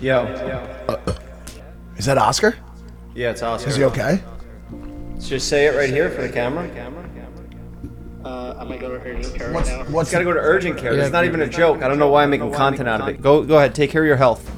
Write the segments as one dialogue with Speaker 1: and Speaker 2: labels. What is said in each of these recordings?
Speaker 1: Yo.
Speaker 2: Is that Oscar?
Speaker 1: Yeah, it's awesome.
Speaker 2: Is he okay?
Speaker 1: Just say it right here for the camera.
Speaker 3: Uh, I'm gonna go to her new car right
Speaker 2: What's,
Speaker 3: now.
Speaker 2: what's
Speaker 1: It's got to go to urgent care.
Speaker 4: Yeah.
Speaker 1: It's not even a joke. I don't know why I'm making content out of it. Go, go ahead. Take care of your health.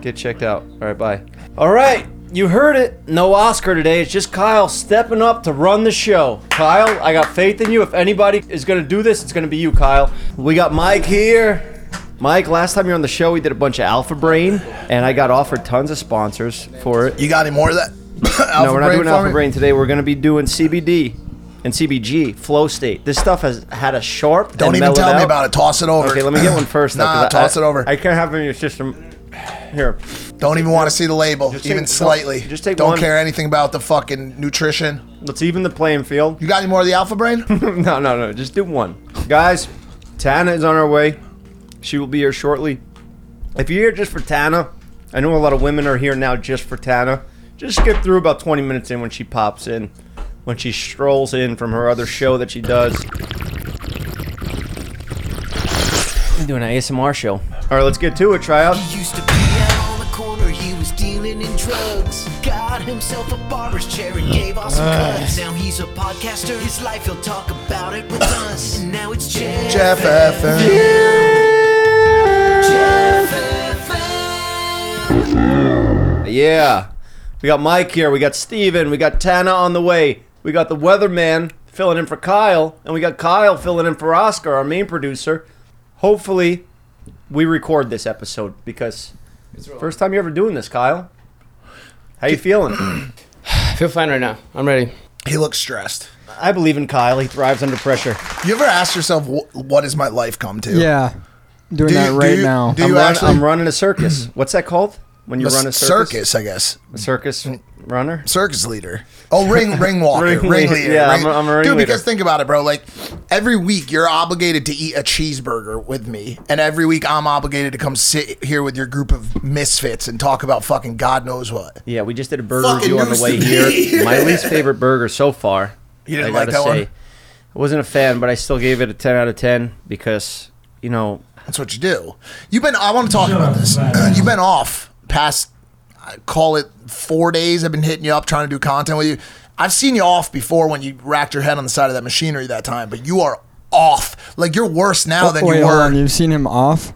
Speaker 1: Get checked out. All right, bye. All right, you heard it. No Oscar today. It's just Kyle stepping up to run the show. Kyle, I got faith in you. If anybody is gonna do this, it's gonna be you, Kyle. We got Mike here. Mike, last time you were on the show, we did a bunch of Alpha Brain, and I got offered tons of sponsors for it.
Speaker 2: you got any more of that? Alpha
Speaker 1: no, we're not
Speaker 2: brain
Speaker 1: doing
Speaker 2: for
Speaker 1: Alpha
Speaker 2: me?
Speaker 1: Brain today. We're going to be doing CBD and CBG, Flow State. This stuff has had a sharp.
Speaker 2: Don't
Speaker 1: and
Speaker 2: even
Speaker 1: mellowed
Speaker 2: tell me
Speaker 1: out-
Speaker 2: about it. Toss it over.
Speaker 1: Okay, let me get one first. though,
Speaker 2: nah,
Speaker 1: 'cause I-
Speaker 2: toss it over.
Speaker 1: I can't have it in your system. Here,
Speaker 2: Don't even want to see the label,
Speaker 1: Just take-
Speaker 2: even
Speaker 1: no,
Speaker 2: slightly.
Speaker 1: just take
Speaker 2: Don't
Speaker 1: one.
Speaker 2: care anything about the fucking nutrition.
Speaker 1: let's even the playing field.
Speaker 2: You got any more of the Alpha Brain?
Speaker 1: no, no, no. Just do one, guys. Tana is on her way. She will be here shortly. If you're here just for Tana, I know a lot of women are here now just for Tana. Just skip through about 20 minutes in when she pops in, when she strolls in from her other show that she does. I'm doing an ASMR show. All right, let's get to it. Try out.
Speaker 5: He used to be out on the corner, he was dealing in drugs. Got himself a barber's chair and gave off some cuts. Now he's a podcaster, his life he'll talk about it with us. And now it's Jeff.
Speaker 2: Jeff FM.
Speaker 5: Jeff FM.
Speaker 1: Yeah. We got Mike here. We got Steven. We got Tana on the way. We got the weatherman filling in for Kyle. And we got Kyle filling in for Oscar, our main producer. Hopefully, we record this episode because first time you're ever doing this, Kyle. How you feeling?
Speaker 4: I feel fine right now. I'm ready.
Speaker 2: He looks stressed.
Speaker 1: I believe in Kyle. He thrives under pressure.
Speaker 2: You ever ask yourself, wh- what has my life come to?
Speaker 4: Yeah. Doing
Speaker 2: Do you-
Speaker 4: that
Speaker 2: do
Speaker 4: right
Speaker 2: you-
Speaker 4: now.
Speaker 2: do
Speaker 1: I'm,
Speaker 2: you
Speaker 1: run-
Speaker 2: actually-
Speaker 1: I'm running a circus. What's that called? When you
Speaker 2: A
Speaker 1: run a
Speaker 2: s-
Speaker 1: circus?
Speaker 2: circus, I guess.
Speaker 1: A circus runner?
Speaker 2: circus leader. Oh, ring ring walker, ring,
Speaker 1: Ring leader.
Speaker 2: leader.
Speaker 1: Yeah,
Speaker 2: ring-
Speaker 1: I'm a- I'm a ring
Speaker 2: dude.
Speaker 1: leader.
Speaker 2: Because think about it, bro. Like every week, you're obligated to eat a cheeseburger with me, and every week I'm obligated to come sit here with your group of misfits and talk about fucking God knows what.
Speaker 1: Yeah, we just did a burger
Speaker 2: Fucking
Speaker 1: review on the
Speaker 2: news
Speaker 1: way
Speaker 2: to
Speaker 1: here.
Speaker 2: me.
Speaker 1: My least favorite burger so far.
Speaker 2: You didn't like that one?
Speaker 1: I wasn't a fan, but I still gave it a ten out of ten because you know
Speaker 2: That's what you do. You've been. I want to talk about this. You've been off past. I call it four days. I've been hitting you up trying to do content with you. I've seen you off before when you racked your head on the side of that machinery that time, but you are off. Like you're worse now than
Speaker 4: Wait,
Speaker 2: Oh, you
Speaker 4: hold
Speaker 2: were.
Speaker 4: on. You've seen him off?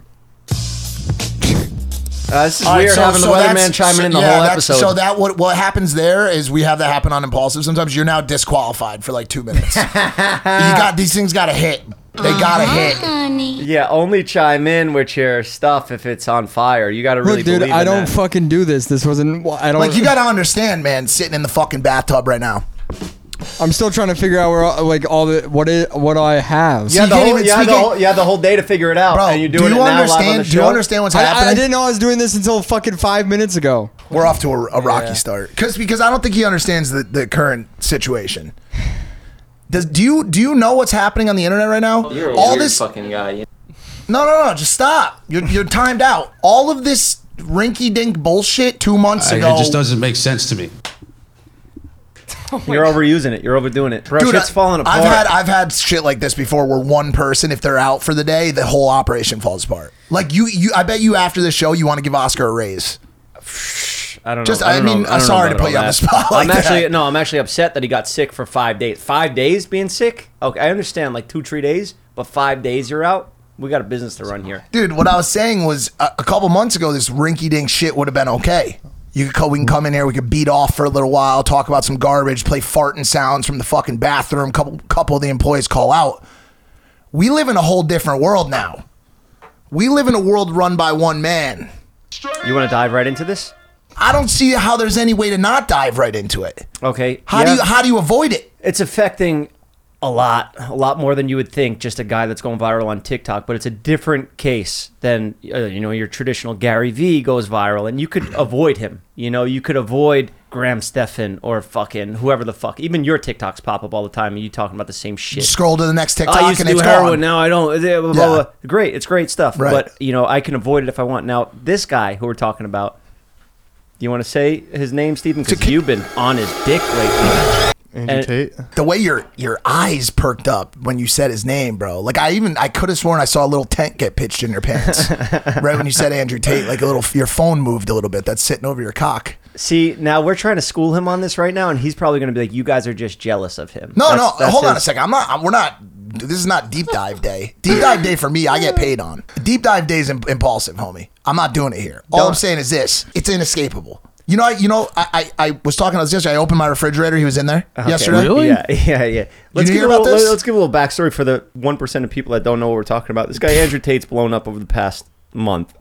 Speaker 1: uh, this is
Speaker 2: All right,
Speaker 1: weird
Speaker 2: so-
Speaker 1: having
Speaker 2: so
Speaker 1: the
Speaker 2: that's-
Speaker 1: weatherman chiming
Speaker 2: so-
Speaker 1: in the
Speaker 2: yeah,
Speaker 1: whole
Speaker 2: that's-
Speaker 1: episode.
Speaker 2: So that what what happens there is we have that happen on impulsive. Sometimes you're now disqualified for like two minutes. you got these things. Got to hit. They got to hit.
Speaker 6: honey.
Speaker 1: yeah, only chime in with your stuff if it's on fire. You got to really
Speaker 4: Look, dude,
Speaker 1: believe
Speaker 4: I
Speaker 1: in
Speaker 4: don't
Speaker 1: that.
Speaker 4: fucking do this. This wasn't. wh- I don't.
Speaker 2: Like you got to understand, man. Sitting in the fucking bathtub right now.
Speaker 4: I'm still trying to figure out where, all- like, all the what is what do I have.
Speaker 1: You had,
Speaker 2: you
Speaker 1: the
Speaker 2: can't
Speaker 1: whole,
Speaker 2: even
Speaker 1: you, had the
Speaker 2: speak it.
Speaker 1: whole, you had the whole day to figure it out,
Speaker 2: Bro,
Speaker 1: and you're
Speaker 2: do
Speaker 1: doing
Speaker 2: you
Speaker 1: it now live on the
Speaker 2: understand?
Speaker 1: show.
Speaker 2: Do you understand what's
Speaker 4: I, I,
Speaker 2: happening?
Speaker 4: I didn't know I was doing this until fucking five minutes ago.
Speaker 2: We're off to a, a rocky start because because I don't think he understands the, the current situation. Does do you do you know what's happening on the internet right now?
Speaker 7: You're a
Speaker 2: All
Speaker 7: weird
Speaker 2: this
Speaker 7: fucking guy. you-
Speaker 2: No, no, no. Just stop. You're, you're timed out. All of this rinky dink bullshit two months
Speaker 8: I-
Speaker 2: ago.
Speaker 8: It just doesn't make sense to me.
Speaker 1: You're overusing it. You're overdoing it. Bro, shit's
Speaker 2: I-
Speaker 1: falling apart.
Speaker 2: I've had I've had shit like this before, where one person, if they're out for the day, the whole operation falls apart. Like you, you. I bet you after the show, you want to give Oscar a raise.
Speaker 1: I don't
Speaker 2: Just-
Speaker 1: know.
Speaker 2: I
Speaker 1: don't
Speaker 2: mean,
Speaker 1: know- don't know
Speaker 2: sorry
Speaker 1: about
Speaker 2: to put
Speaker 1: all
Speaker 2: you on the
Speaker 1: that.
Speaker 2: spot like
Speaker 1: I'm actually
Speaker 2: that.
Speaker 1: no, I'm actually upset that he got sick for five days. Five days being sick? Okay, I understand like two, three days, but five days you're out. We got a business to run here.
Speaker 2: Dude, what I was saying was a, a couple months ago, this rinky dink shit would have been okay. You could co- we can come in here, we could beat off for a little while, talk about some garbage, play farting sounds from the fucking bathroom. Couple couple of the employees call out. We live in a whole different world now. We live in a world run by one man.
Speaker 1: You want to dive right into this?
Speaker 2: I don't see how there's any way to not dive right into it.
Speaker 1: Okay.
Speaker 2: How do
Speaker 1: yeah.
Speaker 2: you how do you avoid it?
Speaker 1: it's affecting a lot, a lot more than you would think. Just a guy that's going viral on TikTok, but it's a different case than uh, you know your traditional Gary Vee goes viral, and you could avoid him. You know, you could avoid Graham Stefan or fucking whoever the fuck. Even your TikToks pop up all the time, and you talking about the same shit.
Speaker 2: Scroll to the next TikTok
Speaker 1: I used
Speaker 2: and
Speaker 1: to do
Speaker 2: it's
Speaker 1: heroin.
Speaker 2: gone.
Speaker 1: Now I don't. Blah, blah, blah.
Speaker 2: Yeah.
Speaker 1: Great, it's great stuff.
Speaker 2: Right.
Speaker 1: But you know, I can avoid it if I want. Now, this guy who we're talking about, do you want to say his name, Stephen? Because you've been on his dick lately.
Speaker 6: Andrew
Speaker 1: And-
Speaker 6: Tate.
Speaker 2: The way your your eyes perked up when you said his name, bro. Like I even I could have sworn I saw a little tent get pitched in your pants right when you said Andrew Tate. Like a little your phone moved a little bit. That's sitting over your cock.
Speaker 1: See, now we're trying to school him on this right now, and he's probably going to be like, "You guys are just jealous of him."
Speaker 2: No,
Speaker 1: That's-
Speaker 2: no.
Speaker 1: that's
Speaker 2: hold on a
Speaker 1: his-
Speaker 2: second. I'm not. I'm, we're not. This is not deep dive day. Deep dive day for me, I get paid on. Deep dive day is im- impulsive, homie. I'm not doing it here. All I'm saying is this: it's inescapable. You know, I, you know, I, I, I was talking about this yesterday. I opened my refrigerator. He was in there yesterday.
Speaker 4: Really?
Speaker 1: Yeah, yeah, yeah. Let's give
Speaker 2: didn't hear
Speaker 1: a
Speaker 2: about
Speaker 1: little,
Speaker 2: this?
Speaker 1: let's give a little backstory for the one percent of people that don't know what we're talking about. This guy Andrew Tate's blown up over the past month.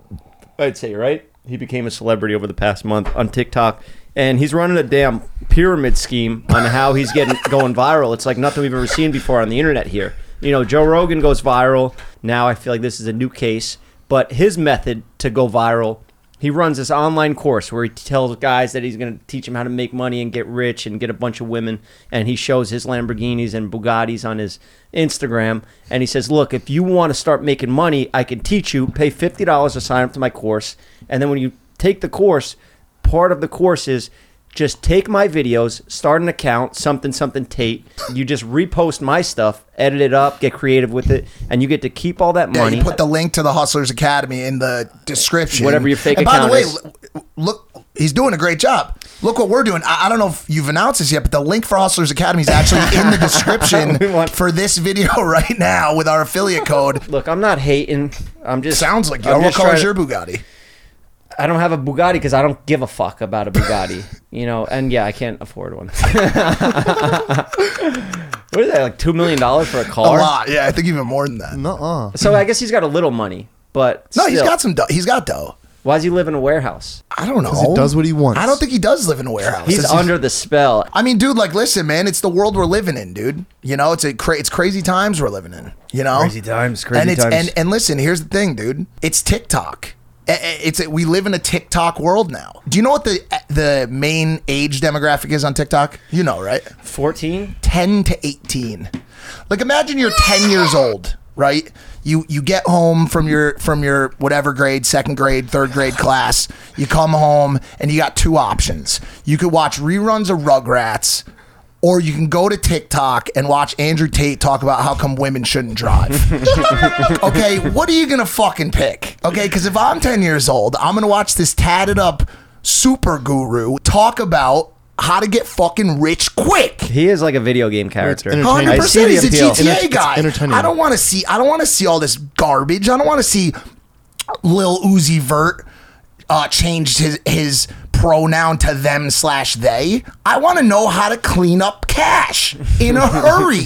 Speaker 1: I'd say, right? He became a celebrity over the past month on TikTok, and he's running a damn pyramid scheme on how he's getting going viral. It's like nothing we've ever seen before on the internet here. You know, Joe Rogan goes viral. Now I feel like this is a new case, but his method to go viral, he runs this online course where he tells guys that he's going to teach them how to make money and get rich and get a bunch of women, and he shows his Lamborghinis and Bugattis on his Instagram, and he says, "Look, if you want to start making money, I can teach you. Pay fifty dollars to sign up to my course, and then when you take the course, part of the course is just take my videos, start an account, something something Tate. You just repost my stuff, edit it up, get creative with it, and you get to keep all that
Speaker 2: Yeah,
Speaker 1: money.
Speaker 2: you put the link to the Hustlers Academy in the description.
Speaker 1: Whatever your fake
Speaker 2: and by
Speaker 1: account
Speaker 2: the way,
Speaker 1: is.
Speaker 2: l- look, he's doing a great job. Look what we're doing. I, I don't know if you've announced this yet, but the link for Hustlers Academy is actually in the description
Speaker 1: We want-
Speaker 2: for this video right now with our affiliate code.
Speaker 1: Look, I'm not hating. I'm just
Speaker 2: Sounds like you.
Speaker 1: I'm
Speaker 2: What
Speaker 1: just
Speaker 2: color is
Speaker 1: trying
Speaker 2: your
Speaker 1: to-
Speaker 2: Bugatti?
Speaker 1: I don't have a Bugatti because I don't give a fuck about a Bugatti. you know, and yeah, I can't afford one. what is that? Like two million dollars for a
Speaker 2: A
Speaker 1: car?
Speaker 2: lot. Yeah, I think even more than that. No,
Speaker 6: Nuh-uh.
Speaker 1: So I guess he's got a little money, but
Speaker 2: he's
Speaker 1: still.
Speaker 2: got some. Dough. He's got dough.
Speaker 1: Why does he live in a warehouse?
Speaker 2: I don't know.
Speaker 6: he does what he wants.
Speaker 2: I don't think he does live in a warehouse.
Speaker 1: He's
Speaker 2: Does he-
Speaker 1: under the spell.
Speaker 2: I mean, dude, like, listen, man, it's the world we're living in, dude. You know, it's a cra- it's crazy times we're living in. You know,
Speaker 1: Crazy times, crazy
Speaker 2: and it's,
Speaker 1: times.
Speaker 2: And and listen, here's the thing, dude. It's TikTok. A- a- It's a, we live in a TikTok world now. Do you know what the the main age demographic is on TikTok? You know, right?
Speaker 1: 14?
Speaker 2: 10 to 18 like imagine you're 10 years old right you you get home from your from your whatever grade second grade third grade class you come home and you got two options you could watch reruns of rugrats or you can go to TikTok and watch Andrew Tate talk about how come women shouldn't drive. okay, what are you gonna fucking pick? Okay, because if I'm 10 years old, I'm gonna watch this tatted up super guru talk about how to get fucking rich quick.
Speaker 1: He is like a video game character.
Speaker 6: entertaining.
Speaker 2: Hundred
Speaker 1: I see
Speaker 2: percent,
Speaker 1: the
Speaker 2: he's a
Speaker 1: appeal.
Speaker 2: GTA
Speaker 6: It's
Speaker 2: guy.
Speaker 6: entertaining.
Speaker 2: I don't want to see. I don't want to see all this garbage. I don't want to see Lil Uzi Vert uh, changed his his pronoun to them slash they. I want to know how to clean up cash in a hurry.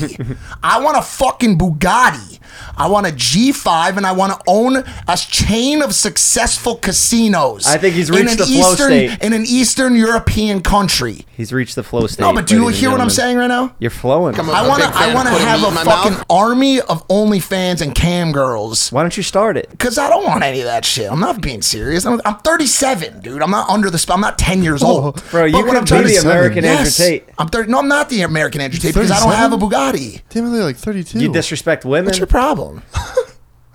Speaker 2: I want a fucking Bugatti. I want a G5 and I want to own a chain of successful casinos.
Speaker 1: I think he's
Speaker 2: in
Speaker 1: reached
Speaker 2: an
Speaker 1: the flow
Speaker 2: Eastern,
Speaker 1: state.
Speaker 2: in an Eastern European country.
Speaker 1: He's reached the flow state.
Speaker 2: No, but do you
Speaker 1: ladies and
Speaker 2: hear what I'm
Speaker 1: gentlemen.
Speaker 2: saying right now?
Speaker 1: You're flowing.
Speaker 2: I want to.
Speaker 5: big fan
Speaker 2: I
Speaker 5: of
Speaker 2: want to
Speaker 5: putting
Speaker 2: have
Speaker 5: meat
Speaker 2: a
Speaker 5: in my
Speaker 2: fucking
Speaker 5: mouth.
Speaker 2: army of OnlyFans and cam girls.
Speaker 1: Why don't you start it?
Speaker 2: Cause I don't want any of that shit. I'm not being serious. I'm, I'm 37, dude. I'm not under the spell. I'm not 10 years old.
Speaker 1: Oh, Bro, you
Speaker 2: But what
Speaker 1: could
Speaker 2: I'm trying
Speaker 1: be the
Speaker 2: to-
Speaker 1: American
Speaker 2: Yes.
Speaker 1: Andrew Tate.
Speaker 2: I'm 30. No, I'm not the American Andrew Tate because I don't
Speaker 6: 37?
Speaker 2: have a Bugatti.
Speaker 6: Damn, they're like 32.
Speaker 1: You disrespect women?
Speaker 2: What's your problem?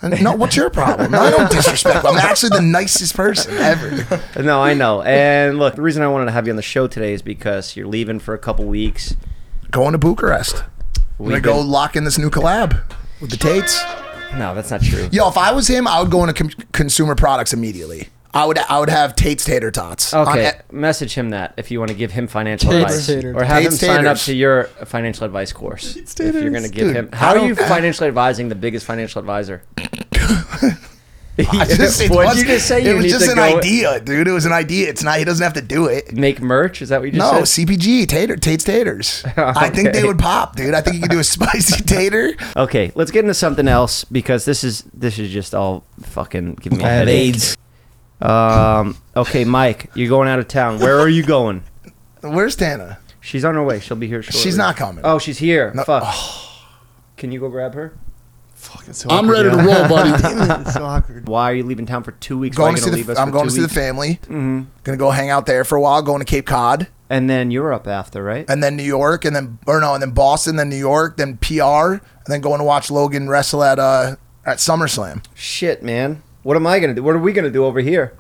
Speaker 2: And no, what's your problem? No, I don't disrespect. I'm actually the nicest person ever.
Speaker 1: No, I know. And look, the reason I wanted to have you on the show today is because you're leaving for a couple weeks.
Speaker 2: Going to Bucharest. We're gonna
Speaker 1: We've
Speaker 2: go
Speaker 1: been-
Speaker 2: lock in this new collab with the Tates.
Speaker 1: No, that's not true.
Speaker 2: Yo, if I was him, I would go into com- consumer products immediately. I would I would have Tate's tater tots. on
Speaker 1: Okay,
Speaker 2: e-
Speaker 1: message him that if you want to give him financial
Speaker 4: Tate's
Speaker 1: advice,
Speaker 4: taters.
Speaker 1: or have him
Speaker 2: Tate's
Speaker 1: sign up
Speaker 2: taters.
Speaker 1: to your financial advice course. if you're going to give him,
Speaker 2: I
Speaker 1: how are
Speaker 2: don't-
Speaker 1: you financially advising the biggest financial advisor?
Speaker 2: I just- it
Speaker 1: What'd
Speaker 2: was-
Speaker 1: you just say? You
Speaker 2: it was
Speaker 1: need
Speaker 2: just
Speaker 1: to
Speaker 2: an
Speaker 1: go-
Speaker 2: idea, dude. It was an idea. It's not. He doesn't have to do it.
Speaker 1: Make merch? Is that what you just
Speaker 2: No,
Speaker 1: said?
Speaker 2: CPG tater Tate's taters. I think they
Speaker 1: Okay.
Speaker 2: would pop, dude. I think you could do a spicy tater.
Speaker 1: Okay, let's get into something else because this is this is just all fucking giving me a headache. Um, okay, Mike, you're going out of town. Where are you going?
Speaker 2: Where's Tana?
Speaker 1: She's on her way. She'll be here shortly.
Speaker 2: She's not coming.
Speaker 1: Oh, she's here.
Speaker 2: No-
Speaker 1: Fuck. Can you go grab her?
Speaker 6: Fuck, it's so
Speaker 7: I'm
Speaker 6: awkward.
Speaker 7: ready to roll, buddy.
Speaker 6: Yeah. it's so awkward.
Speaker 1: Why are you leaving town for two weeks?
Speaker 2: Going
Speaker 1: Why
Speaker 2: to
Speaker 1: are you
Speaker 2: see
Speaker 1: gonna leave
Speaker 2: the.
Speaker 1: us
Speaker 2: I'm
Speaker 1: for
Speaker 2: going
Speaker 1: two
Speaker 2: to see the
Speaker 1: weeks? Mm-hmm.
Speaker 2: family. Gonna go hang out there for a while. Going to Cape Cod
Speaker 1: And then Europe after, right?
Speaker 2: and then New York and then or no and then Boston, then New York, then PR, and then going to watch Logan wrestle at uh at SummerSlam.
Speaker 1: Shit, man. What am I gonna do? What are we gonna do over here?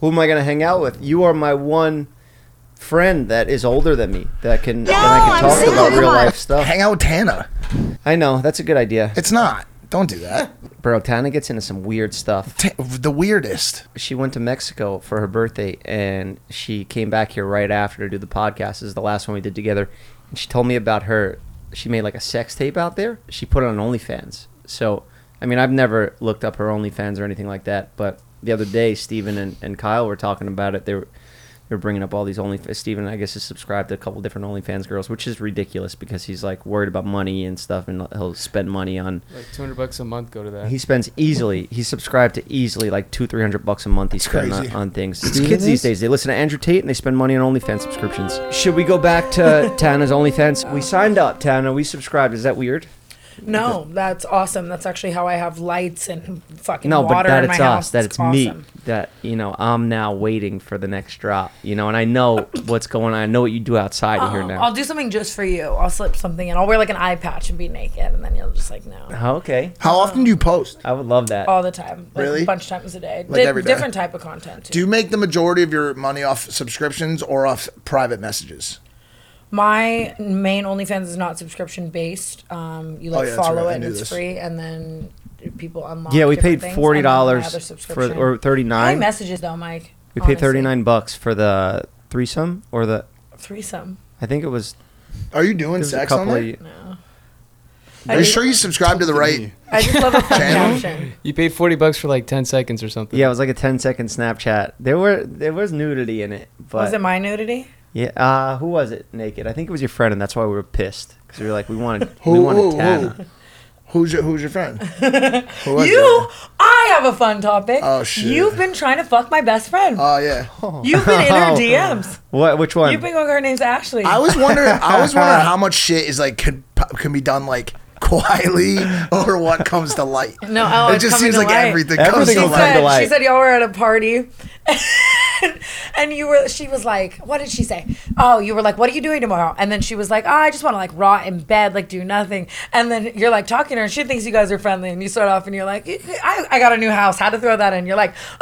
Speaker 1: Who am I gonna hang out with? You are my one friend that is older than me that can that I
Speaker 7: No,
Speaker 1: can
Speaker 7: I'm
Speaker 1: talk
Speaker 7: single,
Speaker 1: about
Speaker 7: come
Speaker 1: real
Speaker 7: on.
Speaker 1: life stuff.
Speaker 2: Hang out with Tana.
Speaker 1: I know that's a good idea,
Speaker 2: It's not. Don't do that.
Speaker 1: bro. Tana gets into some weird stuff.
Speaker 2: Ta- the weirdest.
Speaker 1: She went to Mexico for her birthday and she came back here right after to do the podcast. This is the last one we did together, and she told me about her. She made like a sex tape out there. She put it on OnlyFans. So, I mean, I've never looked up her OnlyFans or anything like that. But the other day, Steven and, and Kyle were talking about it. They were they were bringing up all these OnlyFans. Steven, I guess, is subscribed to a couple different OnlyFans girls, which is ridiculous because he's like worried about money and stuff, and he'll spend money on
Speaker 8: Like 200 bucks a month go to that.
Speaker 1: he spends easily. He's subscribed to easily like two, three hundred bucks a month. He spends on,
Speaker 2: crazy.
Speaker 1: on things. These kids these days they listen to Andrew Tate and they spend money on OnlyFans subscriptions. Should we go back to Tana's OnlyFans? We signed up, Tana. We subscribed. Is that weird?
Speaker 7: No, that's awesome. That's actually how I have lights and fucking
Speaker 1: No, but
Speaker 7: water
Speaker 1: that
Speaker 7: in my
Speaker 1: it's
Speaker 7: house.
Speaker 1: us. That it's me. That you know, I'm now waiting for the next drop. You know, and I know what's going on. I know what you do outside of here
Speaker 7: Oh,
Speaker 1: now.
Speaker 7: I'll do something just for you. I'll slip something in. I'll wear like an eye patch and be naked, and then you'll just like no.
Speaker 1: Oh, okay,
Speaker 2: How often do you post?
Speaker 1: I would love that.
Speaker 7: All the time, like
Speaker 2: Really?
Speaker 7: a bunch of times a day.
Speaker 2: Like every day?
Speaker 7: Different type of content. Too.
Speaker 2: Do you make the majority of your money off subscriptions or off private messages?
Speaker 7: My main OnlyFans is not subscription based. Um, you
Speaker 2: Oh,
Speaker 7: like
Speaker 2: yeah, that's
Speaker 7: follow
Speaker 2: right. I
Speaker 7: it and
Speaker 2: knew
Speaker 7: it's
Speaker 2: this.
Speaker 7: free, and then people unlock.
Speaker 1: yeah, we paid
Speaker 7: different things,
Speaker 1: forty
Speaker 7: and then my other
Speaker 1: dollars for
Speaker 7: subscription.
Speaker 1: or thirty
Speaker 7: I like
Speaker 1: nine.
Speaker 7: messages though, Mike.
Speaker 1: We paid
Speaker 7: honestly.
Speaker 1: thirty nine bucks for the threesome or the.
Speaker 7: Threesome.
Speaker 1: I think it was
Speaker 2: Are you doing
Speaker 1: There's a
Speaker 2: sex on
Speaker 1: couple of
Speaker 2: there?
Speaker 1: you-
Speaker 7: I
Speaker 2: Are you
Speaker 7: just-
Speaker 2: sure you subscribe to the right?
Speaker 7: I just love a fun
Speaker 2: Channel?
Speaker 7: caption.
Speaker 8: You paid 40 bucks for like 10 seconds or something.
Speaker 1: yeah, it was like a 10 second Snapchat. There were there was nudity in it, but
Speaker 7: Was it my nudity?
Speaker 1: yeah, uh, who was it naked? I think it was your friend, and that's why we were pissed because we were like we wanted we
Speaker 2: Who-
Speaker 1: wanted
Speaker 2: who-
Speaker 1: Tana.
Speaker 2: who? Who's your Who's your friend? Who was
Speaker 7: You,
Speaker 2: it?
Speaker 7: I have a fun topic.
Speaker 2: Oh, shit.
Speaker 7: You've been trying to fuck my best friend.
Speaker 2: Oh yeah.
Speaker 7: You've been in her
Speaker 1: Oh.
Speaker 7: DMs.
Speaker 1: What? Which one?
Speaker 7: You've been going. Her name's Ashley.
Speaker 2: I was wondering. I was wondering how much shit is like could can be done like quietly or what comes to light.
Speaker 7: no, oh,
Speaker 2: it
Speaker 7: it's
Speaker 2: just
Speaker 7: coming
Speaker 2: seems
Speaker 7: to
Speaker 2: like
Speaker 7: light.
Speaker 2: everything,
Speaker 1: Everything
Speaker 7: She
Speaker 2: comes
Speaker 1: will come
Speaker 2: to light.
Speaker 1: to
Speaker 7: said,
Speaker 1: light.
Speaker 7: she said y'all were at a party. And you were, she was like, what did she say? Oh, you were like, what are you doing tomorrow? And then she was like, oh, I just want to like rot in bed, like do nothing. And then you're like talking to her, and she thinks you guys are friendly. And you start off, and you're like, I, I got a new house. How to throw that in? You're like,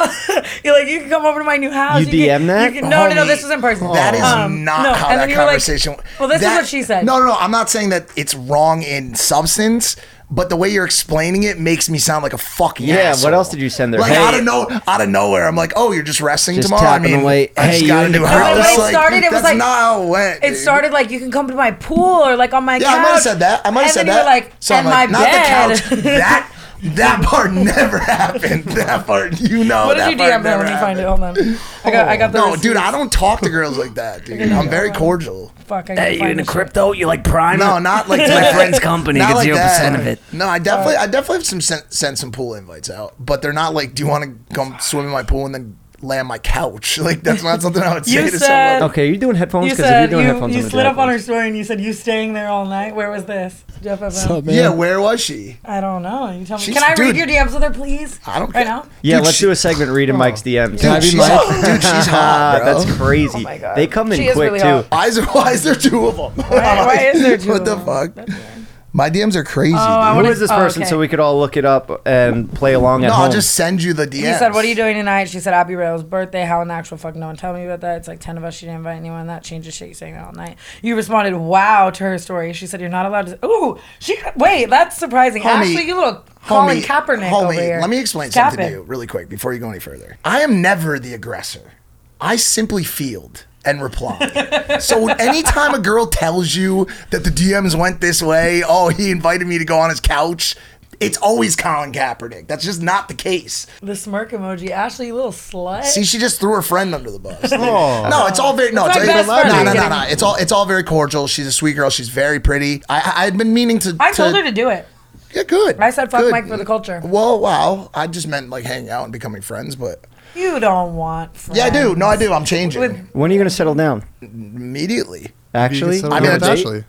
Speaker 7: you're like, you can come over to my new house.
Speaker 1: You DM
Speaker 7: can,
Speaker 1: that?
Speaker 7: You can, no, no, no,
Speaker 2: Homie,
Speaker 7: this was in person.
Speaker 2: That is
Speaker 7: Um,
Speaker 2: not
Speaker 7: no,
Speaker 2: how
Speaker 7: and
Speaker 2: that
Speaker 7: then you were like-
Speaker 2: conversation.
Speaker 7: well, this is
Speaker 2: is
Speaker 7: what she said.
Speaker 2: No, no, no. I'm not saying that it's wrong in substance, but the way you're explaining it makes me sound like a fucking
Speaker 1: Yeah, what
Speaker 2: asshole.
Speaker 1: else did you send her?
Speaker 2: Like
Speaker 1: Hey.
Speaker 2: out of no, out of nowhere, I'm like, oh, you're just resting
Speaker 1: Just
Speaker 2: tomorrow. I
Speaker 1: tapping
Speaker 2: mean,
Speaker 1: away.
Speaker 2: I just
Speaker 1: Hey,
Speaker 2: got
Speaker 1: you
Speaker 2: a new
Speaker 1: in the
Speaker 2: house.
Speaker 7: When it
Speaker 2: Like,
Speaker 7: started, it was
Speaker 2: that's
Speaker 7: like-
Speaker 2: not how it went.
Speaker 7: It
Speaker 2: dude.
Speaker 7: started like you can come to my pool or like on my
Speaker 2: Yeah,
Speaker 7: couch.
Speaker 2: I might have said that. I might have
Speaker 7: and
Speaker 2: said
Speaker 7: then
Speaker 2: that.
Speaker 7: You were like,
Speaker 2: So I'm
Speaker 7: and
Speaker 2: like,
Speaker 7: my
Speaker 2: not
Speaker 7: bed.
Speaker 2: the couch. That that part never happened. That part, you know,
Speaker 7: what did
Speaker 2: that
Speaker 7: you
Speaker 2: part
Speaker 7: DM her
Speaker 2: never
Speaker 7: when you find
Speaker 2: happened.
Speaker 7: it? Hold on. I got, I got the
Speaker 2: No,
Speaker 7: receipts.
Speaker 2: dude, I don't talk to girls like that, dude. I'm very cordial.
Speaker 7: Fuck, I gotta find this shit.
Speaker 5: You like Prime?
Speaker 2: No, not like my
Speaker 5: friend's company,
Speaker 2: Not
Speaker 5: you get
Speaker 2: like
Speaker 5: 0%
Speaker 2: that.
Speaker 5: of it.
Speaker 2: No, I definitely,
Speaker 4: Uh,
Speaker 2: I definitely have some sent, sent some pool invites out, but they're not like, do you want to come swim in my pool and then lay on my couch? Like that's not something I would say
Speaker 7: You
Speaker 2: to
Speaker 7: said-
Speaker 2: someone.
Speaker 1: okay, you're doing headphones
Speaker 7: You
Speaker 1: because if
Speaker 7: said
Speaker 1: you're doing
Speaker 7: you,
Speaker 1: headphones,
Speaker 7: you
Speaker 1: I'm gonna do
Speaker 7: slid up on her
Speaker 1: headphones.
Speaker 7: story and you said you staying there all night. Where was this? Jeff
Speaker 4: What's up,
Speaker 7: FM.
Speaker 4: man?
Speaker 2: Yeah, where was she?
Speaker 7: I don't know. You tell me.
Speaker 2: She's-
Speaker 7: Can I read
Speaker 2: dude.
Speaker 7: your DMs with her, please?
Speaker 2: I don't care.
Speaker 7: right now.
Speaker 1: Yeah,
Speaker 2: Dude,
Speaker 1: let's
Speaker 2: she-
Speaker 1: do a segment reading Mike's DMs.
Speaker 4: Can I be
Speaker 2: she's
Speaker 4: Mike?
Speaker 2: hot. Dude, she's hot, bro.
Speaker 1: That's crazy.
Speaker 7: my God.
Speaker 1: They come in
Speaker 7: She is
Speaker 1: quick
Speaker 7: really
Speaker 1: too.
Speaker 7: hot.
Speaker 2: Why is, there, why is there two of them?
Speaker 7: Why- why is there two
Speaker 2: what
Speaker 7: of
Speaker 2: the
Speaker 7: them?
Speaker 2: fuck? My DMs are crazy.
Speaker 7: I
Speaker 1: Who
Speaker 7: wanna-
Speaker 1: is this
Speaker 7: oh,
Speaker 1: person
Speaker 7: okay.
Speaker 1: so we could all look it up and play along
Speaker 2: dude.
Speaker 1: at
Speaker 2: No,
Speaker 1: home?
Speaker 2: I'll just send you the DMs.
Speaker 7: He said, "What are you doing tonight?" She said, "Happy Rail's birthday." How in the actual fuck no one tell me about that? It's like ten of us. She didn't invite anyone. That changes shit. You're saying that all night. You responded, "Wow" to her story. She said, "You're not allowed to." Ooh, she wait. That's surprising.
Speaker 2: Homie,
Speaker 7: Ashley, you little Colin
Speaker 2: Homie,
Speaker 7: Kaepernick
Speaker 2: homie,
Speaker 7: over here.
Speaker 2: Let me explain
Speaker 7: Stop
Speaker 2: something
Speaker 7: it.
Speaker 2: to you really quick before you go any further. I am never the aggressor. I simply field and reply. so anytime a girl tells you that the DMs went this way, oh, he invited me to go on his couch, it's always Colin Kaepernick. That's just not the case.
Speaker 7: The smirk emoji. Ashley, you little slut.
Speaker 2: See, she just threw her friend under the bus. No, it's all very no,
Speaker 7: It's
Speaker 2: it's,
Speaker 7: my best
Speaker 2: it's,
Speaker 7: friend.
Speaker 2: no, no, no,
Speaker 7: Kidding.
Speaker 2: no. It's all it's all very cordial. She's a sweet girl. She's very pretty. I- I I had been meaning to.
Speaker 7: I told her to do it.
Speaker 2: Yeah, good.
Speaker 7: I said, "Fuck
Speaker 2: good.
Speaker 7: Mike for the culture."
Speaker 2: Whoa, wow. I just meant like hanging out and becoming friends, but
Speaker 7: You don't want. Friends.
Speaker 2: yeah, I do. No, I do. I'm changing
Speaker 7: With-
Speaker 1: when are you gonna settle down?
Speaker 2: immediately.
Speaker 1: Actually,
Speaker 2: I
Speaker 6: I
Speaker 2: mean,
Speaker 6: mean, with
Speaker 2: I-
Speaker 6: Ashley.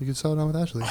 Speaker 6: You could settle down with Ashley.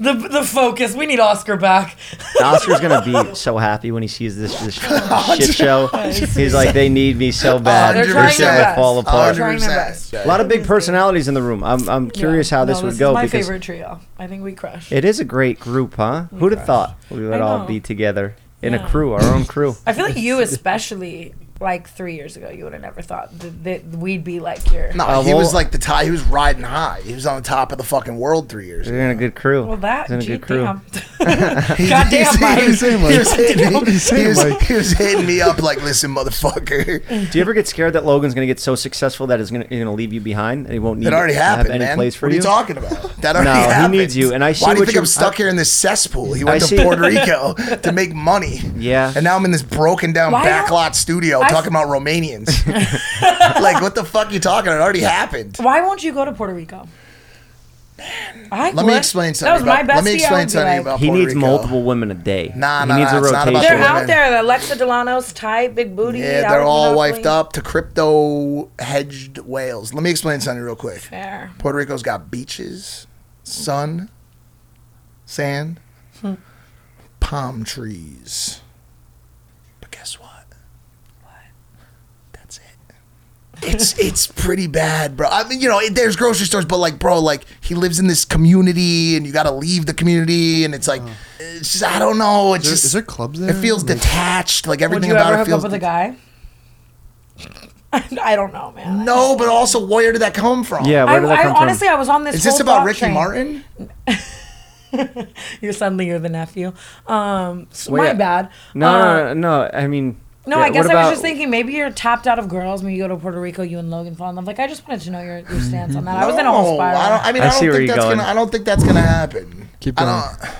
Speaker 7: The the focus. We need Oscar back.
Speaker 1: Oscar's gonna be so happy when he sees this, this shit show. He's like, they need me so bad.
Speaker 7: Uh, They're
Speaker 1: This
Speaker 7: trying
Speaker 1: shit
Speaker 7: their
Speaker 1: would
Speaker 7: best.
Speaker 1: fall apart.
Speaker 7: They're trying their
Speaker 2: 100%.
Speaker 7: best.
Speaker 1: A lot of big personalities in the room. I'm, I'm curious how
Speaker 7: No,
Speaker 1: this would
Speaker 7: is
Speaker 1: go
Speaker 7: my
Speaker 1: because
Speaker 7: favorite trio. I think we crush.
Speaker 1: it is a great group, huh? Who'd have thought we would
Speaker 7: I
Speaker 1: all
Speaker 7: know.
Speaker 1: be together in
Speaker 7: Yeah.
Speaker 1: a crew, our own crew?
Speaker 7: I feel like you especially like three years ago, you would have never thought that, that we'd be like your.
Speaker 2: No,
Speaker 1: Uh,
Speaker 2: he
Speaker 1: well-
Speaker 2: was like the tie. He was riding high. He was on the top of the fucking world three years. ago.
Speaker 1: You're in a good crew.
Speaker 7: Well, that.
Speaker 1: He's in a
Speaker 7: gee,
Speaker 1: good crew.
Speaker 7: damn.
Speaker 2: He
Speaker 7: Goddamn,
Speaker 2: was-
Speaker 7: Mike.
Speaker 2: he was-
Speaker 6: Same,
Speaker 2: he was
Speaker 6: like-
Speaker 2: hitting me- he was-
Speaker 6: Same, like-
Speaker 2: he was hitting me up like, listen, motherfucker.
Speaker 1: Do you ever get scared that Logan's going to get so successful that he's going to leave you behind and he won't need
Speaker 2: That already
Speaker 1: to have
Speaker 2: happened,
Speaker 1: any
Speaker 2: man.
Speaker 1: place for
Speaker 2: what
Speaker 1: you?
Speaker 2: are you talking about? That already
Speaker 1: No, he
Speaker 2: happened.
Speaker 1: needs you, and I see
Speaker 2: Why do you
Speaker 1: what
Speaker 2: think
Speaker 1: you-
Speaker 2: I'm stuck
Speaker 1: I-
Speaker 2: here in this cesspool? He
Speaker 1: I
Speaker 2: went to
Speaker 1: see-
Speaker 2: Puerto Rico to make money.
Speaker 1: Yeah.
Speaker 2: And now I'm in this broken down
Speaker 7: Why
Speaker 2: backlot
Speaker 7: don't-
Speaker 2: studio
Speaker 7: I-
Speaker 2: talking about Romanians. like, what the fuck you talking? It already happened.
Speaker 7: Why won't you go to Puerto Rico? I
Speaker 2: Let
Speaker 7: would.
Speaker 2: me explain
Speaker 7: That was
Speaker 2: something.
Speaker 7: my
Speaker 2: About,
Speaker 7: best.
Speaker 2: let me explain something about
Speaker 1: he
Speaker 2: Puerto
Speaker 1: needs
Speaker 2: Rico.
Speaker 1: multiple women a day.
Speaker 2: Nah,
Speaker 1: he
Speaker 2: nah,
Speaker 1: needs
Speaker 2: nah,
Speaker 1: a
Speaker 2: it's not
Speaker 1: rotation.
Speaker 2: about
Speaker 7: They're
Speaker 2: Sure.
Speaker 7: out there. The Alexa Delano's tight, big booty.
Speaker 2: Yeah,
Speaker 7: out
Speaker 2: they're
Speaker 7: of
Speaker 2: all
Speaker 7: Monopoly.
Speaker 2: wifed up to crypto hedged whales. Let me explain something real quick.
Speaker 7: Fair.
Speaker 2: Puerto Rico's got beaches, sun, sand,
Speaker 7: Hmm.
Speaker 2: palm trees. But guess what? What? That's it. It's it's pretty bad, bro. I mean, you know, it, there's grocery stores, but like, bro, like he lives in this community, and you got to leave the community, and it's like, it's just I don't know. It's
Speaker 6: Is there-
Speaker 2: just
Speaker 6: is there clubs
Speaker 2: It
Speaker 6: there?
Speaker 2: feels
Speaker 6: Like-
Speaker 2: detached. Like
Speaker 7: Would
Speaker 2: everything
Speaker 7: you
Speaker 2: about
Speaker 7: ever
Speaker 2: it
Speaker 7: hook up
Speaker 2: feels.
Speaker 7: with a guy? I don't know, man.
Speaker 2: No, but also, where did that come from?
Speaker 1: Yeah,
Speaker 7: I,
Speaker 1: where did that
Speaker 7: I
Speaker 1: come
Speaker 7: honestly,
Speaker 1: from?
Speaker 7: I was on this.
Speaker 2: Is this
Speaker 7: whole
Speaker 2: about
Speaker 7: thought
Speaker 2: Ricky
Speaker 7: train.
Speaker 2: Martin?
Speaker 7: You're suddenly you're the nephew. Um, so
Speaker 1: Wait,
Speaker 7: my
Speaker 1: I-
Speaker 7: bad.
Speaker 1: No,
Speaker 7: Uh,
Speaker 1: no, no, no. I mean,
Speaker 7: No,
Speaker 1: yeah,
Speaker 7: I guess
Speaker 1: what
Speaker 7: I was
Speaker 1: about-
Speaker 7: just thinking maybe you're tapped out of girls. Maybe you go to Puerto Rico, you and Logan fall in love. Like I just wanted to know your, your stance on that. I was in a whole
Speaker 2: No,
Speaker 7: spiral.
Speaker 2: I don't. I mean,
Speaker 1: I
Speaker 2: I,
Speaker 1: see
Speaker 2: don't
Speaker 1: where
Speaker 2: think
Speaker 1: you're
Speaker 2: that's
Speaker 1: going.
Speaker 2: gonna. I don't think that's gonna happen.
Speaker 4: Keep
Speaker 2: I
Speaker 4: going.
Speaker 2: don't-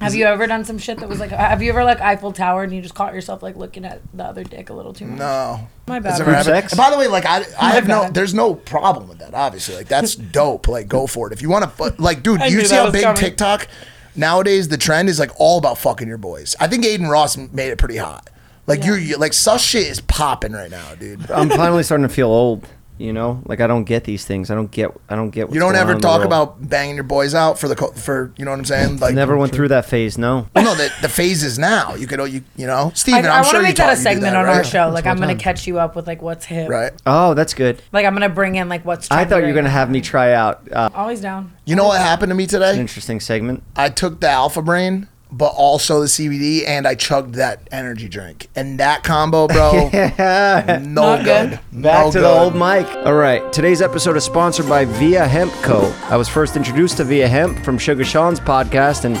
Speaker 7: have you ever done some shit that was like? Have you ever like Eiffel Tower and you just caught yourself like looking at the other dick a little too much?
Speaker 2: No.
Speaker 7: my
Speaker 2: It's
Speaker 7: bad.
Speaker 2: never happened.
Speaker 1: sex?
Speaker 2: And By the way, like I, I have no.
Speaker 7: God.
Speaker 2: There's no problem with that. Obviously, like that's dope. Like go for it. If you want to, fu- like, dude,
Speaker 7: I
Speaker 2: you
Speaker 7: knew
Speaker 2: see
Speaker 7: that
Speaker 2: how
Speaker 7: was
Speaker 2: big
Speaker 7: coming.
Speaker 2: TikTok nowadays? The trend is like all about fucking your boys. I think Aiden Ross m- made it pretty hot. Like you're, you like sus shit is popping right now, dude.
Speaker 1: I'm finally starting to feel old. You know, like I don't get these things. I don't get. I don't get. What's
Speaker 2: You don't
Speaker 1: going on
Speaker 2: ever
Speaker 1: in the
Speaker 2: talk
Speaker 1: world.
Speaker 2: about banging your boys out for the co- for you know what I'm saying? Like
Speaker 1: Never went through that phase. No.
Speaker 2: Well, no, the, the phases now. You could, you you know,
Speaker 7: I,
Speaker 2: Steven,
Speaker 7: I
Speaker 2: am
Speaker 7: want
Speaker 2: sure
Speaker 7: to
Speaker 2: you
Speaker 7: make that
Speaker 2: taught-
Speaker 7: a
Speaker 2: you do
Speaker 7: segment
Speaker 2: that,
Speaker 7: on our
Speaker 2: right?
Speaker 7: show. Like I'm gonna
Speaker 6: time.
Speaker 7: catch you up with like what's hip.
Speaker 2: Right.
Speaker 1: Oh, that's good.
Speaker 7: Like I'm gonna bring in like what's.
Speaker 1: I thought you were
Speaker 7: trendy right
Speaker 1: gonna have me try out uh,
Speaker 7: now. Always down.
Speaker 2: You know what happened to me
Speaker 1: an
Speaker 2: today?
Speaker 1: interesting segment.
Speaker 2: I took the Alpha Brain, but also the CBD, and I chugged that energy drink. And that combo, bro, no
Speaker 7: Not good.
Speaker 2: good.
Speaker 1: Back
Speaker 2: No
Speaker 1: to the
Speaker 2: good.
Speaker 1: old mic. All right, today's episode is sponsored by Via Hemp Co. I was first introduced to Via Hemp from Sugar Sean's podcast, and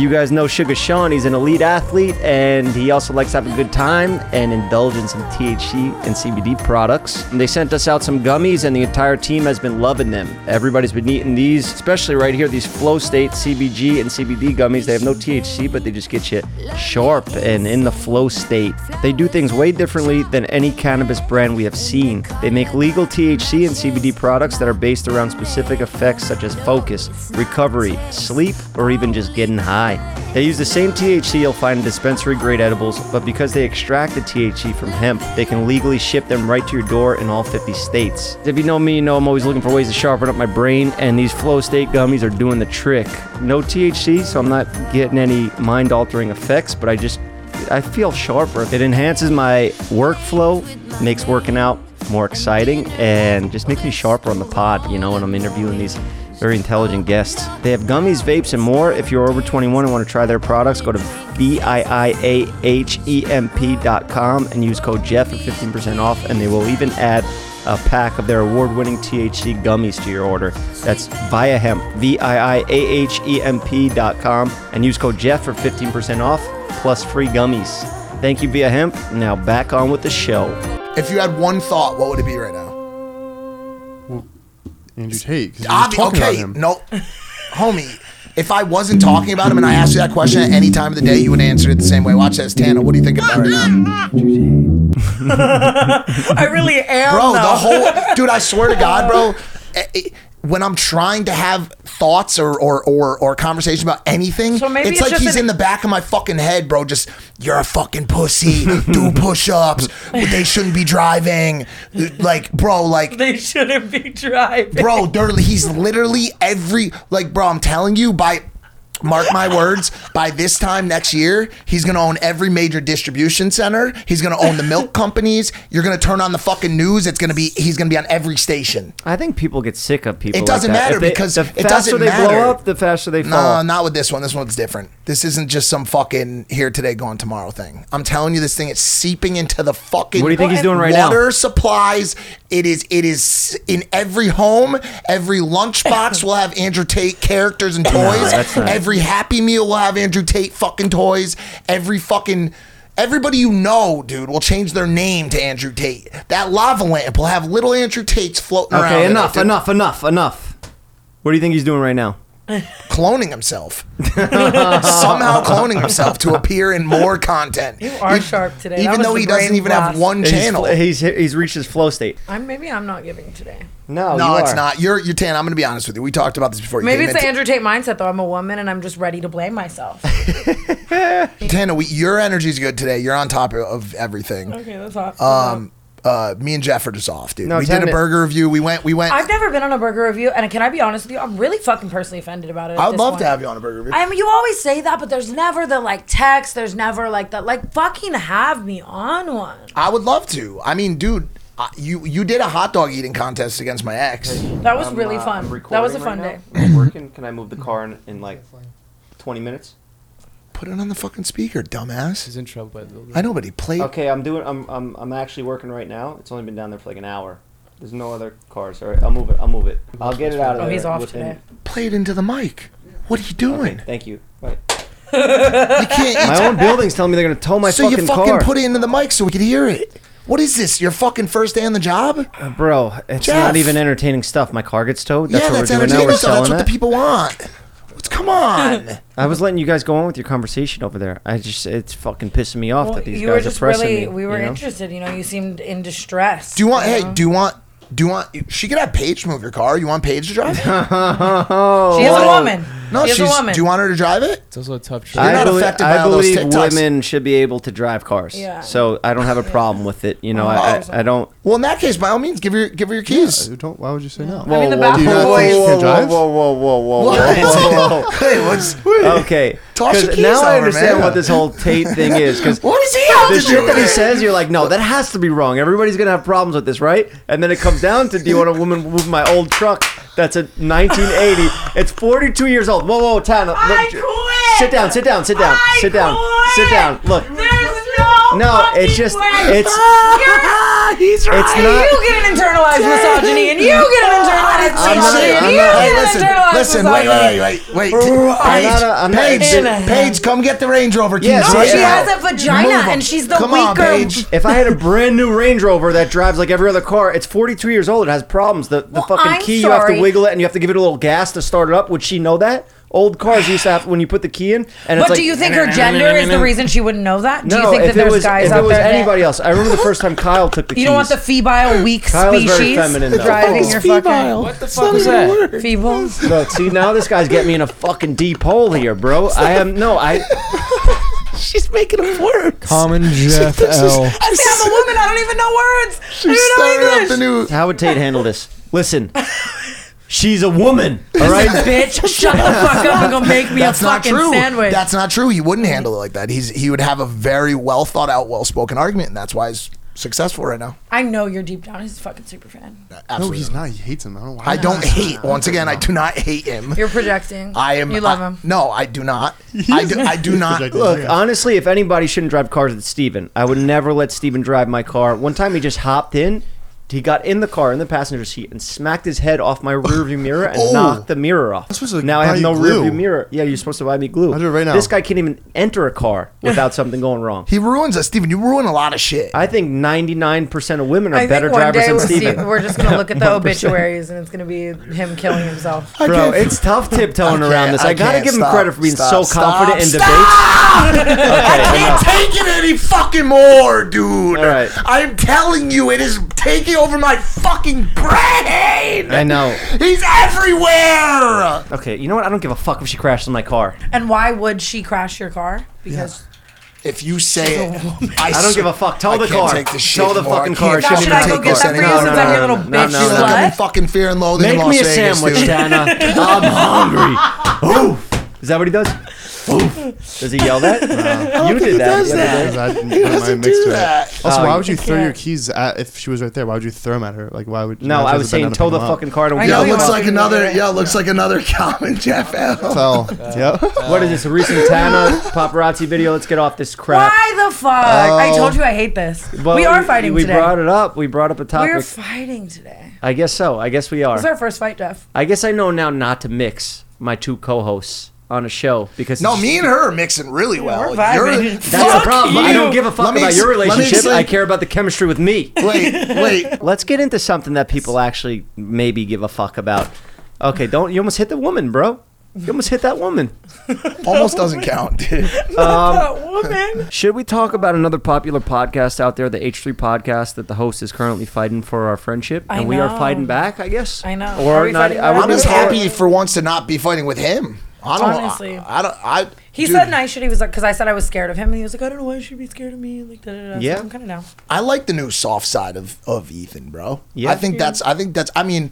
Speaker 1: you guys know Sugar Sean. He's an elite athlete, and he also likes to have a good time and indulge in some THC and CBD products. And they sent us out some gummies, and the entire team has been loving them. Everybody's been eating these, especially right here, these Flow State CBG and CBD gummies. They have no THC, but they just get you sharp and in the flow state. They do things way differently than any cannabis brand we have seen. They make legal THC and CBD products that are based around specific effects such as focus, recovery, sleep, or even just getting high. They use the same THC you'll find in dispensary grade edibles, but because they extract the THC from hemp, they can legally ship them right to your door in all 50 states. If you know me, you know I'm always looking for ways to sharpen up my brain, and these flow state gummies are doing the trick. No THC, so I'm not getting any mind altering effects, but I just I feel sharper. It enhances my workflow, makes working out more exciting, and just makes me sharper on the pod, you know, when I'm interviewing these very intelligent guests. They have gummies, vapes, and more. If you're over 21 and want to try their products, go to E B-I-I-A-H-E-M-P.com and use code Jeff for 15% off, and they will even add a pack of their award-winning THC gummies to your order. That's via hemp, V-I-I-A-H-E-M-P E dot com, and use code Jeff for 15% off plus free gummies. Thank you, Via Hemp. Now back on with the show.
Speaker 2: If you had one thought, what would it be right now?
Speaker 6: Andrew Tate. 'cause we were
Speaker 2: Obvi-
Speaker 6: talking about
Speaker 2: okay,
Speaker 6: him.
Speaker 2: no, homie. If I wasn't talking about him and I asked you that question at any time of the day, you would answer it the same way. Watch this, Tana. What do you think about right now,
Speaker 7: I really am.
Speaker 2: bro?
Speaker 7: though.
Speaker 2: The whole dude. I swear to God, bro. eh, eh, when I'm trying to have thoughts or or or, or conversation about anything,
Speaker 7: So maybe
Speaker 2: it's,
Speaker 7: it's
Speaker 2: like
Speaker 7: just
Speaker 2: he's
Speaker 7: an-
Speaker 2: in the back of my fucking head, bro. Just you're a fucking pussy. do push-ups. They shouldn't be driving. Like, bro, like
Speaker 7: they shouldn't be driving.
Speaker 2: bro. They're, he's literally every like, bro. I'm telling you, by Mark my words, by this time next year, he's going to own every major distribution center. He's going to own the milk companies. You're going to turn on the fucking news. It's going to be he's going to be on every station.
Speaker 9: I think people get sick of people.
Speaker 2: It
Speaker 9: like
Speaker 2: doesn't
Speaker 9: that.
Speaker 2: matter
Speaker 9: If they-
Speaker 2: because
Speaker 9: the
Speaker 2: it
Speaker 9: faster
Speaker 2: doesn't
Speaker 9: they
Speaker 2: matter.
Speaker 9: blow up, the faster they fall.
Speaker 2: No, not with this one. This one's different. This isn't just some fucking here today, gone tomorrow thing. I'm telling you, this thing is seeping into the fucking.
Speaker 9: What do you think he's doing right now?
Speaker 2: water supplies. It is. It is in every home. Every lunchbox will have Andrew Tate characters and toys.
Speaker 9: that's not-
Speaker 2: every Happy Meal will have Andrew Tate fucking toys. Every fucking. Everybody you know, dude, will change their name to Andrew Tate. That lava lamp will have little Andrew Tates floating around. in
Speaker 1: Okay,
Speaker 2: it,
Speaker 1: enough,
Speaker 2: dude.
Speaker 1: enough, enough, enough. What do you think he's doing right now?
Speaker 2: cloning himself. Somehow cloning himself to appear in more content. You
Speaker 7: are sharp today. That
Speaker 2: Even
Speaker 7: was
Speaker 2: though
Speaker 7: the
Speaker 2: he doesn't
Speaker 7: brain
Speaker 2: even have
Speaker 7: blast.
Speaker 2: one channel.
Speaker 1: He's, he's he's reached his flow state.
Speaker 7: I'm maybe I'm not giving today.
Speaker 1: No, oh,
Speaker 2: no,
Speaker 1: you
Speaker 2: it's
Speaker 1: are.
Speaker 2: not. You're you're tan. I'm gonna be honest with you. We talked about this before. You
Speaker 7: Maybe
Speaker 2: came
Speaker 7: it's
Speaker 2: in.
Speaker 7: the Andrew Tate mindset though. I'm a woman and I'm just ready to blame myself.
Speaker 2: Tana, we, your energy's good today. You're on top of, of everything.
Speaker 7: okay, that's hot.
Speaker 2: Um, uh, me and Jeff are just off, dude.
Speaker 1: No,
Speaker 2: we did a
Speaker 1: Tana-
Speaker 2: burger review. We went. We went.
Speaker 7: I've never been on a burger review, and can I be honest with you? I'm really fucking personally offended about it. at
Speaker 2: I would
Speaker 7: this
Speaker 2: love
Speaker 7: point.
Speaker 2: to have you on a burger review.
Speaker 7: I mean, you always say that, but there's never the like text. There's never like the like fucking have me on one.
Speaker 2: I would love to. I mean, dude, I, you you did a hot dog eating contest against my ex.
Speaker 7: That was really
Speaker 1: uh,
Speaker 7: fun. That was a fun day.
Speaker 1: day. Working? Can I move the car in, in like 20 minutes?
Speaker 2: Put it on the fucking speaker, dumbass.
Speaker 8: He's in trouble. By the
Speaker 2: I know, but he played.
Speaker 1: Okay, I'm doing. I'm, I'm I'm actually working right now. It's only been down there for like an hour. There's no other cars. All right, I'll move it. I'll move it. I'll get it out of
Speaker 7: Oh,
Speaker 1: there.
Speaker 7: he's off
Speaker 1: within-
Speaker 7: today.
Speaker 2: Played into the mic. What are you doing?
Speaker 1: Thank you. Right.
Speaker 2: You can't. you
Speaker 1: My own building's telling me they're gonna tow my
Speaker 2: so
Speaker 1: fucking,
Speaker 2: you fucking
Speaker 1: car.
Speaker 2: put it into the mic so we could hear it. What is this? Your fucking first day on the job?
Speaker 1: Bro, it's
Speaker 2: Jeff.
Speaker 1: not even entertaining stuff. My car gets towed. That's
Speaker 2: yeah,
Speaker 1: what
Speaker 2: that's
Speaker 1: we're doing now.
Speaker 2: entertaining
Speaker 1: We're
Speaker 2: stuff. That's
Speaker 1: selling
Speaker 2: what
Speaker 1: that.
Speaker 2: the people want. What's- Come on.
Speaker 1: I was letting you guys go on with your conversation over there. I just it's fucking pissing me off that these
Speaker 7: you
Speaker 1: guys
Speaker 7: were
Speaker 1: are
Speaker 7: just
Speaker 1: pressing
Speaker 7: really
Speaker 1: me.
Speaker 7: we were
Speaker 1: you know?
Speaker 7: interested. You know, you seemed in distress.
Speaker 2: do you want? Hey, do you want? Do you want? She could have Paige move your car. You want Paige to drive? it?
Speaker 1: Oh,
Speaker 7: she is a woman.
Speaker 2: No,
Speaker 7: she is
Speaker 2: she's.
Speaker 7: a woman.
Speaker 2: Do you want her to drive it?
Speaker 8: It's also a tough trip.
Speaker 1: I
Speaker 2: not
Speaker 1: believe,
Speaker 2: affected
Speaker 1: I
Speaker 2: by all those
Speaker 1: believe
Speaker 2: TikToks.
Speaker 1: women should be able to drive cars.
Speaker 7: Yeah.
Speaker 1: So I don't have a problem with it. You know, I, I, I don't.
Speaker 2: Well, in that case, by all means, give her give her your keys.
Speaker 6: You Don't, why would you say no?
Speaker 7: I mean,
Speaker 6: do
Speaker 7: the
Speaker 6: you
Speaker 7: bathroom
Speaker 6: not
Speaker 7: boys.
Speaker 6: think you can drive?
Speaker 1: whoa, whoa, whoa,
Speaker 2: hey, what's?
Speaker 1: Okay.
Speaker 2: Toss your
Speaker 1: 'Cause
Speaker 2: keys
Speaker 1: now I
Speaker 2: over,
Speaker 1: understand
Speaker 2: man.
Speaker 1: what this whole Tate thing is. Because
Speaker 2: What does he have
Speaker 1: the
Speaker 2: to do
Speaker 1: shit that
Speaker 2: with
Speaker 1: he
Speaker 2: it?
Speaker 1: says, you're like, no, that has to be wrong. Everybody's gonna have problems with this, right? And then it comes down to, do you want a woman to move my old truck? That's a 1980. It's 42 years old. Whoa, whoa, time. Look,
Speaker 7: I quit!
Speaker 1: Sit down, sit down, sit down,
Speaker 7: I
Speaker 1: sit down,
Speaker 7: quit!
Speaker 1: sit down. Look,
Speaker 7: There's no.
Speaker 1: no, it's just, it's,
Speaker 2: He's right.
Speaker 1: it's not.
Speaker 7: you get an internalized misogyny, and you get an internalized
Speaker 2: I'm not-
Speaker 7: misogyny, and
Speaker 2: I'm
Speaker 7: you
Speaker 2: not- hey,
Speaker 7: get an
Speaker 2: listen,
Speaker 7: internalized
Speaker 2: listen, wait,
Speaker 7: misogyny.
Speaker 2: wait, wait, wait, wait.
Speaker 1: I'm not a- I'm not
Speaker 2: Paige, Paige,
Speaker 7: a-
Speaker 2: Paige, come get the Range Rover keys.
Speaker 1: Yes,
Speaker 2: right
Speaker 7: She
Speaker 1: Yeah.
Speaker 2: now.
Speaker 7: has a vagina,
Speaker 2: Move 'em.
Speaker 7: and she's the
Speaker 2: Come on,
Speaker 7: weaker.
Speaker 2: Paige.
Speaker 1: If I had a brand new Range Rover that drives like every other car, it's 42 years old. It has problems. The, the fucking
Speaker 7: I'm
Speaker 1: key, you have
Speaker 7: sorry.
Speaker 1: to wiggle it and you have to give it a little gas to start it up. Would she know that? Old cars used to have when you put the key in. And it's
Speaker 7: But
Speaker 1: like,
Speaker 7: do you think her gender is the reason she wouldn't know that? Do
Speaker 1: No,
Speaker 7: you think
Speaker 1: if
Speaker 7: that there's
Speaker 1: it was,
Speaker 7: guys
Speaker 1: if
Speaker 7: out
Speaker 1: it was
Speaker 7: there that-
Speaker 1: anybody else, I remember the first time Kyle took the keys.
Speaker 7: You don't want the febile, weak
Speaker 1: Kyle is very
Speaker 7: species
Speaker 1: feminine, though.
Speaker 7: driving
Speaker 1: Oh,
Speaker 7: your fucking
Speaker 8: What the fuck was that?
Speaker 7: feeble.
Speaker 1: Look, see now this guy's getting me in a fucking deep hole here, bro. I am no, I
Speaker 2: She's making it worse.
Speaker 4: Common Jeff
Speaker 2: This is-
Speaker 4: L.
Speaker 7: I say I'm a woman. I don't even know words.
Speaker 2: She's
Speaker 7: I
Speaker 2: starting
Speaker 7: don't know
Speaker 2: up
Speaker 7: English.
Speaker 2: the new.
Speaker 1: how would Tate handle this? Listen, she's a woman, all right.
Speaker 7: Bitch, shut the fuck up and go make me
Speaker 2: That's
Speaker 7: a
Speaker 2: not
Speaker 7: fucking
Speaker 2: true.
Speaker 7: sandwich.
Speaker 2: That's not true. He wouldn't handle it like that. He's he would have a very well thought out, well spoken argument, and that's why he's successful right now.
Speaker 7: I know you're deep down. He's a fucking super fan.
Speaker 6: No,
Speaker 2: Absolutely.
Speaker 6: he's not. He hates him. I don't. Why
Speaker 2: I don't hate. Once again, I do not hate him.
Speaker 7: You're projecting.
Speaker 2: I am.
Speaker 7: You love
Speaker 2: I-
Speaker 7: him.
Speaker 2: No, I do not. I do. I do not.
Speaker 1: Look, honestly, if anybody shouldn't drive cars, it's Steven. I would never let Steven drive my car. One time he just hopped in. He got in the car in the passenger seat and smacked his head off my rearview mirror and knocked the mirror off.
Speaker 6: Oh. supposed to
Speaker 1: now I
Speaker 6: buy
Speaker 1: have
Speaker 6: you
Speaker 1: no
Speaker 6: glue.
Speaker 1: rearview mirror. Yeah, you're supposed to buy me glue.
Speaker 6: I'll do it right now.
Speaker 1: This guy can't even enter a car without something going wrong.
Speaker 2: He ruins us, Steven. You ruin a lot of shit.
Speaker 1: I think 99% of women are
Speaker 7: I
Speaker 1: better
Speaker 7: think
Speaker 1: drivers
Speaker 7: one day
Speaker 1: than
Speaker 7: we're,
Speaker 1: Steven.
Speaker 7: see- we're just gonna look at the obituaries and it's gonna be him killing himself.
Speaker 1: Bro, it's tough tiptoeing
Speaker 2: I
Speaker 1: around
Speaker 2: can't-
Speaker 1: this.
Speaker 2: I
Speaker 1: I, gotta
Speaker 2: can't.
Speaker 1: give him
Speaker 2: Stop,
Speaker 1: credit for being
Speaker 2: stop,
Speaker 1: so
Speaker 2: stop,
Speaker 1: confident in
Speaker 2: stop.
Speaker 1: debates. Okay,
Speaker 2: can't
Speaker 1: enough.
Speaker 2: take it any fucking more, dude.
Speaker 1: All right.
Speaker 2: I'm telling you, it is taking over my fucking brain.
Speaker 1: I know.
Speaker 2: He's everywhere.
Speaker 1: Okay, you know what? I don't give a fuck if she crashes my car.
Speaker 7: And why would she crash your car? Because
Speaker 2: If you say it, I,
Speaker 1: I don't give a fuck. Tow
Speaker 2: I
Speaker 1: the
Speaker 2: can't
Speaker 1: car.
Speaker 2: take this shit
Speaker 1: Tow the
Speaker 2: anymore.
Speaker 1: fucking
Speaker 2: I can't
Speaker 1: car. It shouldn't
Speaker 7: fucking
Speaker 1: even
Speaker 7: take this
Speaker 1: take
Speaker 7: anymore.
Speaker 1: this
Speaker 7: No, no,
Speaker 1: anymore.
Speaker 7: no, no, no,
Speaker 1: No,
Speaker 7: no,
Speaker 1: no,
Speaker 7: no,
Speaker 1: no.
Speaker 7: no.
Speaker 2: I'm in fucking fear and loathing in
Speaker 1: Make
Speaker 2: Las
Speaker 1: me a
Speaker 2: Vegas,
Speaker 1: sandwich,
Speaker 2: dude.
Speaker 1: Dana. I'm hungry. Ooh. Is that what he does? does he yell that? you did that. the other day.
Speaker 6: Because I didn't put my mix to it. Also,
Speaker 1: Oh,
Speaker 6: why
Speaker 1: you
Speaker 6: would you throw
Speaker 7: can't.
Speaker 6: your keys at if she was right there? Why would you throw them at her? Like, why would? you
Speaker 1: No,
Speaker 6: not
Speaker 1: I
Speaker 6: just
Speaker 1: was
Speaker 6: bend
Speaker 1: saying
Speaker 6: down to
Speaker 1: tow
Speaker 6: pick
Speaker 1: the
Speaker 6: 'em up?
Speaker 1: fucking car to
Speaker 7: I
Speaker 1: we
Speaker 7: know
Speaker 2: Yo,
Speaker 1: go.
Speaker 7: you
Speaker 2: looks
Speaker 7: are.
Speaker 2: like another. Yo, looks like another common Jeff L.
Speaker 6: Tell. Yep.
Speaker 1: What is this? A recent Tana paparazzi video? Let's get off this crap.
Speaker 7: Why the fuck? I told you I hate this.
Speaker 1: Oh. Well,
Speaker 7: we are fighting
Speaker 1: We
Speaker 7: today.
Speaker 1: brought it up. We brought up a topic.
Speaker 7: We're fighting today.
Speaker 1: I guess so. I guess we are.
Speaker 7: This is our first fight, Jeff.
Speaker 1: I guess I know now not to mix my two co-hosts on a show because
Speaker 2: No,
Speaker 1: it's-
Speaker 2: me and her are mixing really well.
Speaker 7: we're vibing.
Speaker 2: You're-
Speaker 1: That's the problem. I don't give a fuck
Speaker 2: Let me
Speaker 1: about
Speaker 2: ex-
Speaker 1: your
Speaker 2: let me
Speaker 1: relationship.
Speaker 2: explain-
Speaker 1: I care about the chemistry with me.
Speaker 2: wait, wait.
Speaker 1: Let's get into something that people actually maybe give a fuck about. Okay, don't you almost hit the woman, bro? You almost hit that woman.
Speaker 2: Almost doesn't count, dude.
Speaker 1: Um,
Speaker 7: that woman.
Speaker 1: Should we talk about another popular podcast out there, the H3 podcast, that the host is currently fighting for our friendship,
Speaker 7: I
Speaker 1: and we
Speaker 7: know.
Speaker 1: are fighting back, I guess.
Speaker 7: I know.
Speaker 1: Or
Speaker 7: Are we
Speaker 1: not?
Speaker 7: fighting
Speaker 1: I
Speaker 7: back?
Speaker 2: I'm
Speaker 1: wouldn't
Speaker 2: just
Speaker 1: call it-
Speaker 2: happy for once to not be fighting with him. I don't.
Speaker 7: Honestly.
Speaker 2: I, I don't. I.
Speaker 7: He
Speaker 2: dude,
Speaker 7: said nice shit. He was like, because I said I was scared of him, and he was like, I don't know why you should be scared of me. Like, da, da, da. So
Speaker 1: Yeah.
Speaker 7: I'm kind of down.
Speaker 2: I like the new soft side of of Ethan, bro.
Speaker 1: Yeah.
Speaker 2: I think that's. I think that's. I mean,